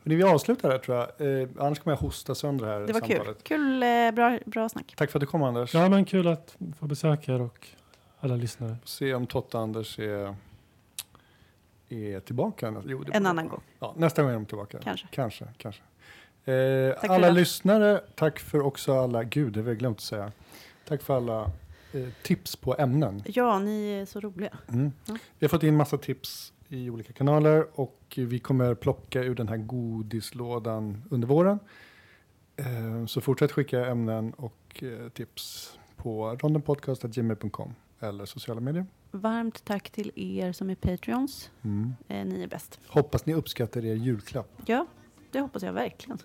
Speaker 1: Men vi avslutar här tror jag. Eh, annars kommer jag hosta sönder här
Speaker 2: Det var kul.
Speaker 1: samtalet.
Speaker 2: Kul, eh, bra, bra snack.
Speaker 1: Tack för att du kom Anders.
Speaker 3: Ja, men kul att få besöka er och alla lyssnare.
Speaker 1: Se om Totta Anders är, är tillbaka. Jo, det
Speaker 2: En
Speaker 1: beror
Speaker 2: annan
Speaker 1: på.
Speaker 2: gång,
Speaker 1: Ja, nästa gång är de tillbaka.
Speaker 2: kanske.
Speaker 1: Kanske, kanske. Eh,
Speaker 2: för
Speaker 1: alla
Speaker 2: idag.
Speaker 1: lyssnare, tack för också alla, gud det har jag glömt att säga. Tack för alla eh, tips på ämnen.
Speaker 2: Ja, ni är så roliga.
Speaker 1: Mm.
Speaker 2: Ja.
Speaker 1: Vi har fått in massa tips i olika kanaler och vi kommer plocka ur den här godislådan under våren. Eh, så fortsätt skicka ämnen och eh, tips på rondenpodcast.gmail.com eller sociala medier.
Speaker 2: Varmt tack till er som är Patreons.
Speaker 1: Mm.
Speaker 2: Eh, ni är bäst.
Speaker 1: Hoppas ni uppskattar er julklapp.
Speaker 2: Ja, det hoppas jag verkligen.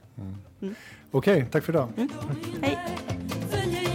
Speaker 1: Okej, tack för idag.
Speaker 2: Hej.
Speaker 4: Följer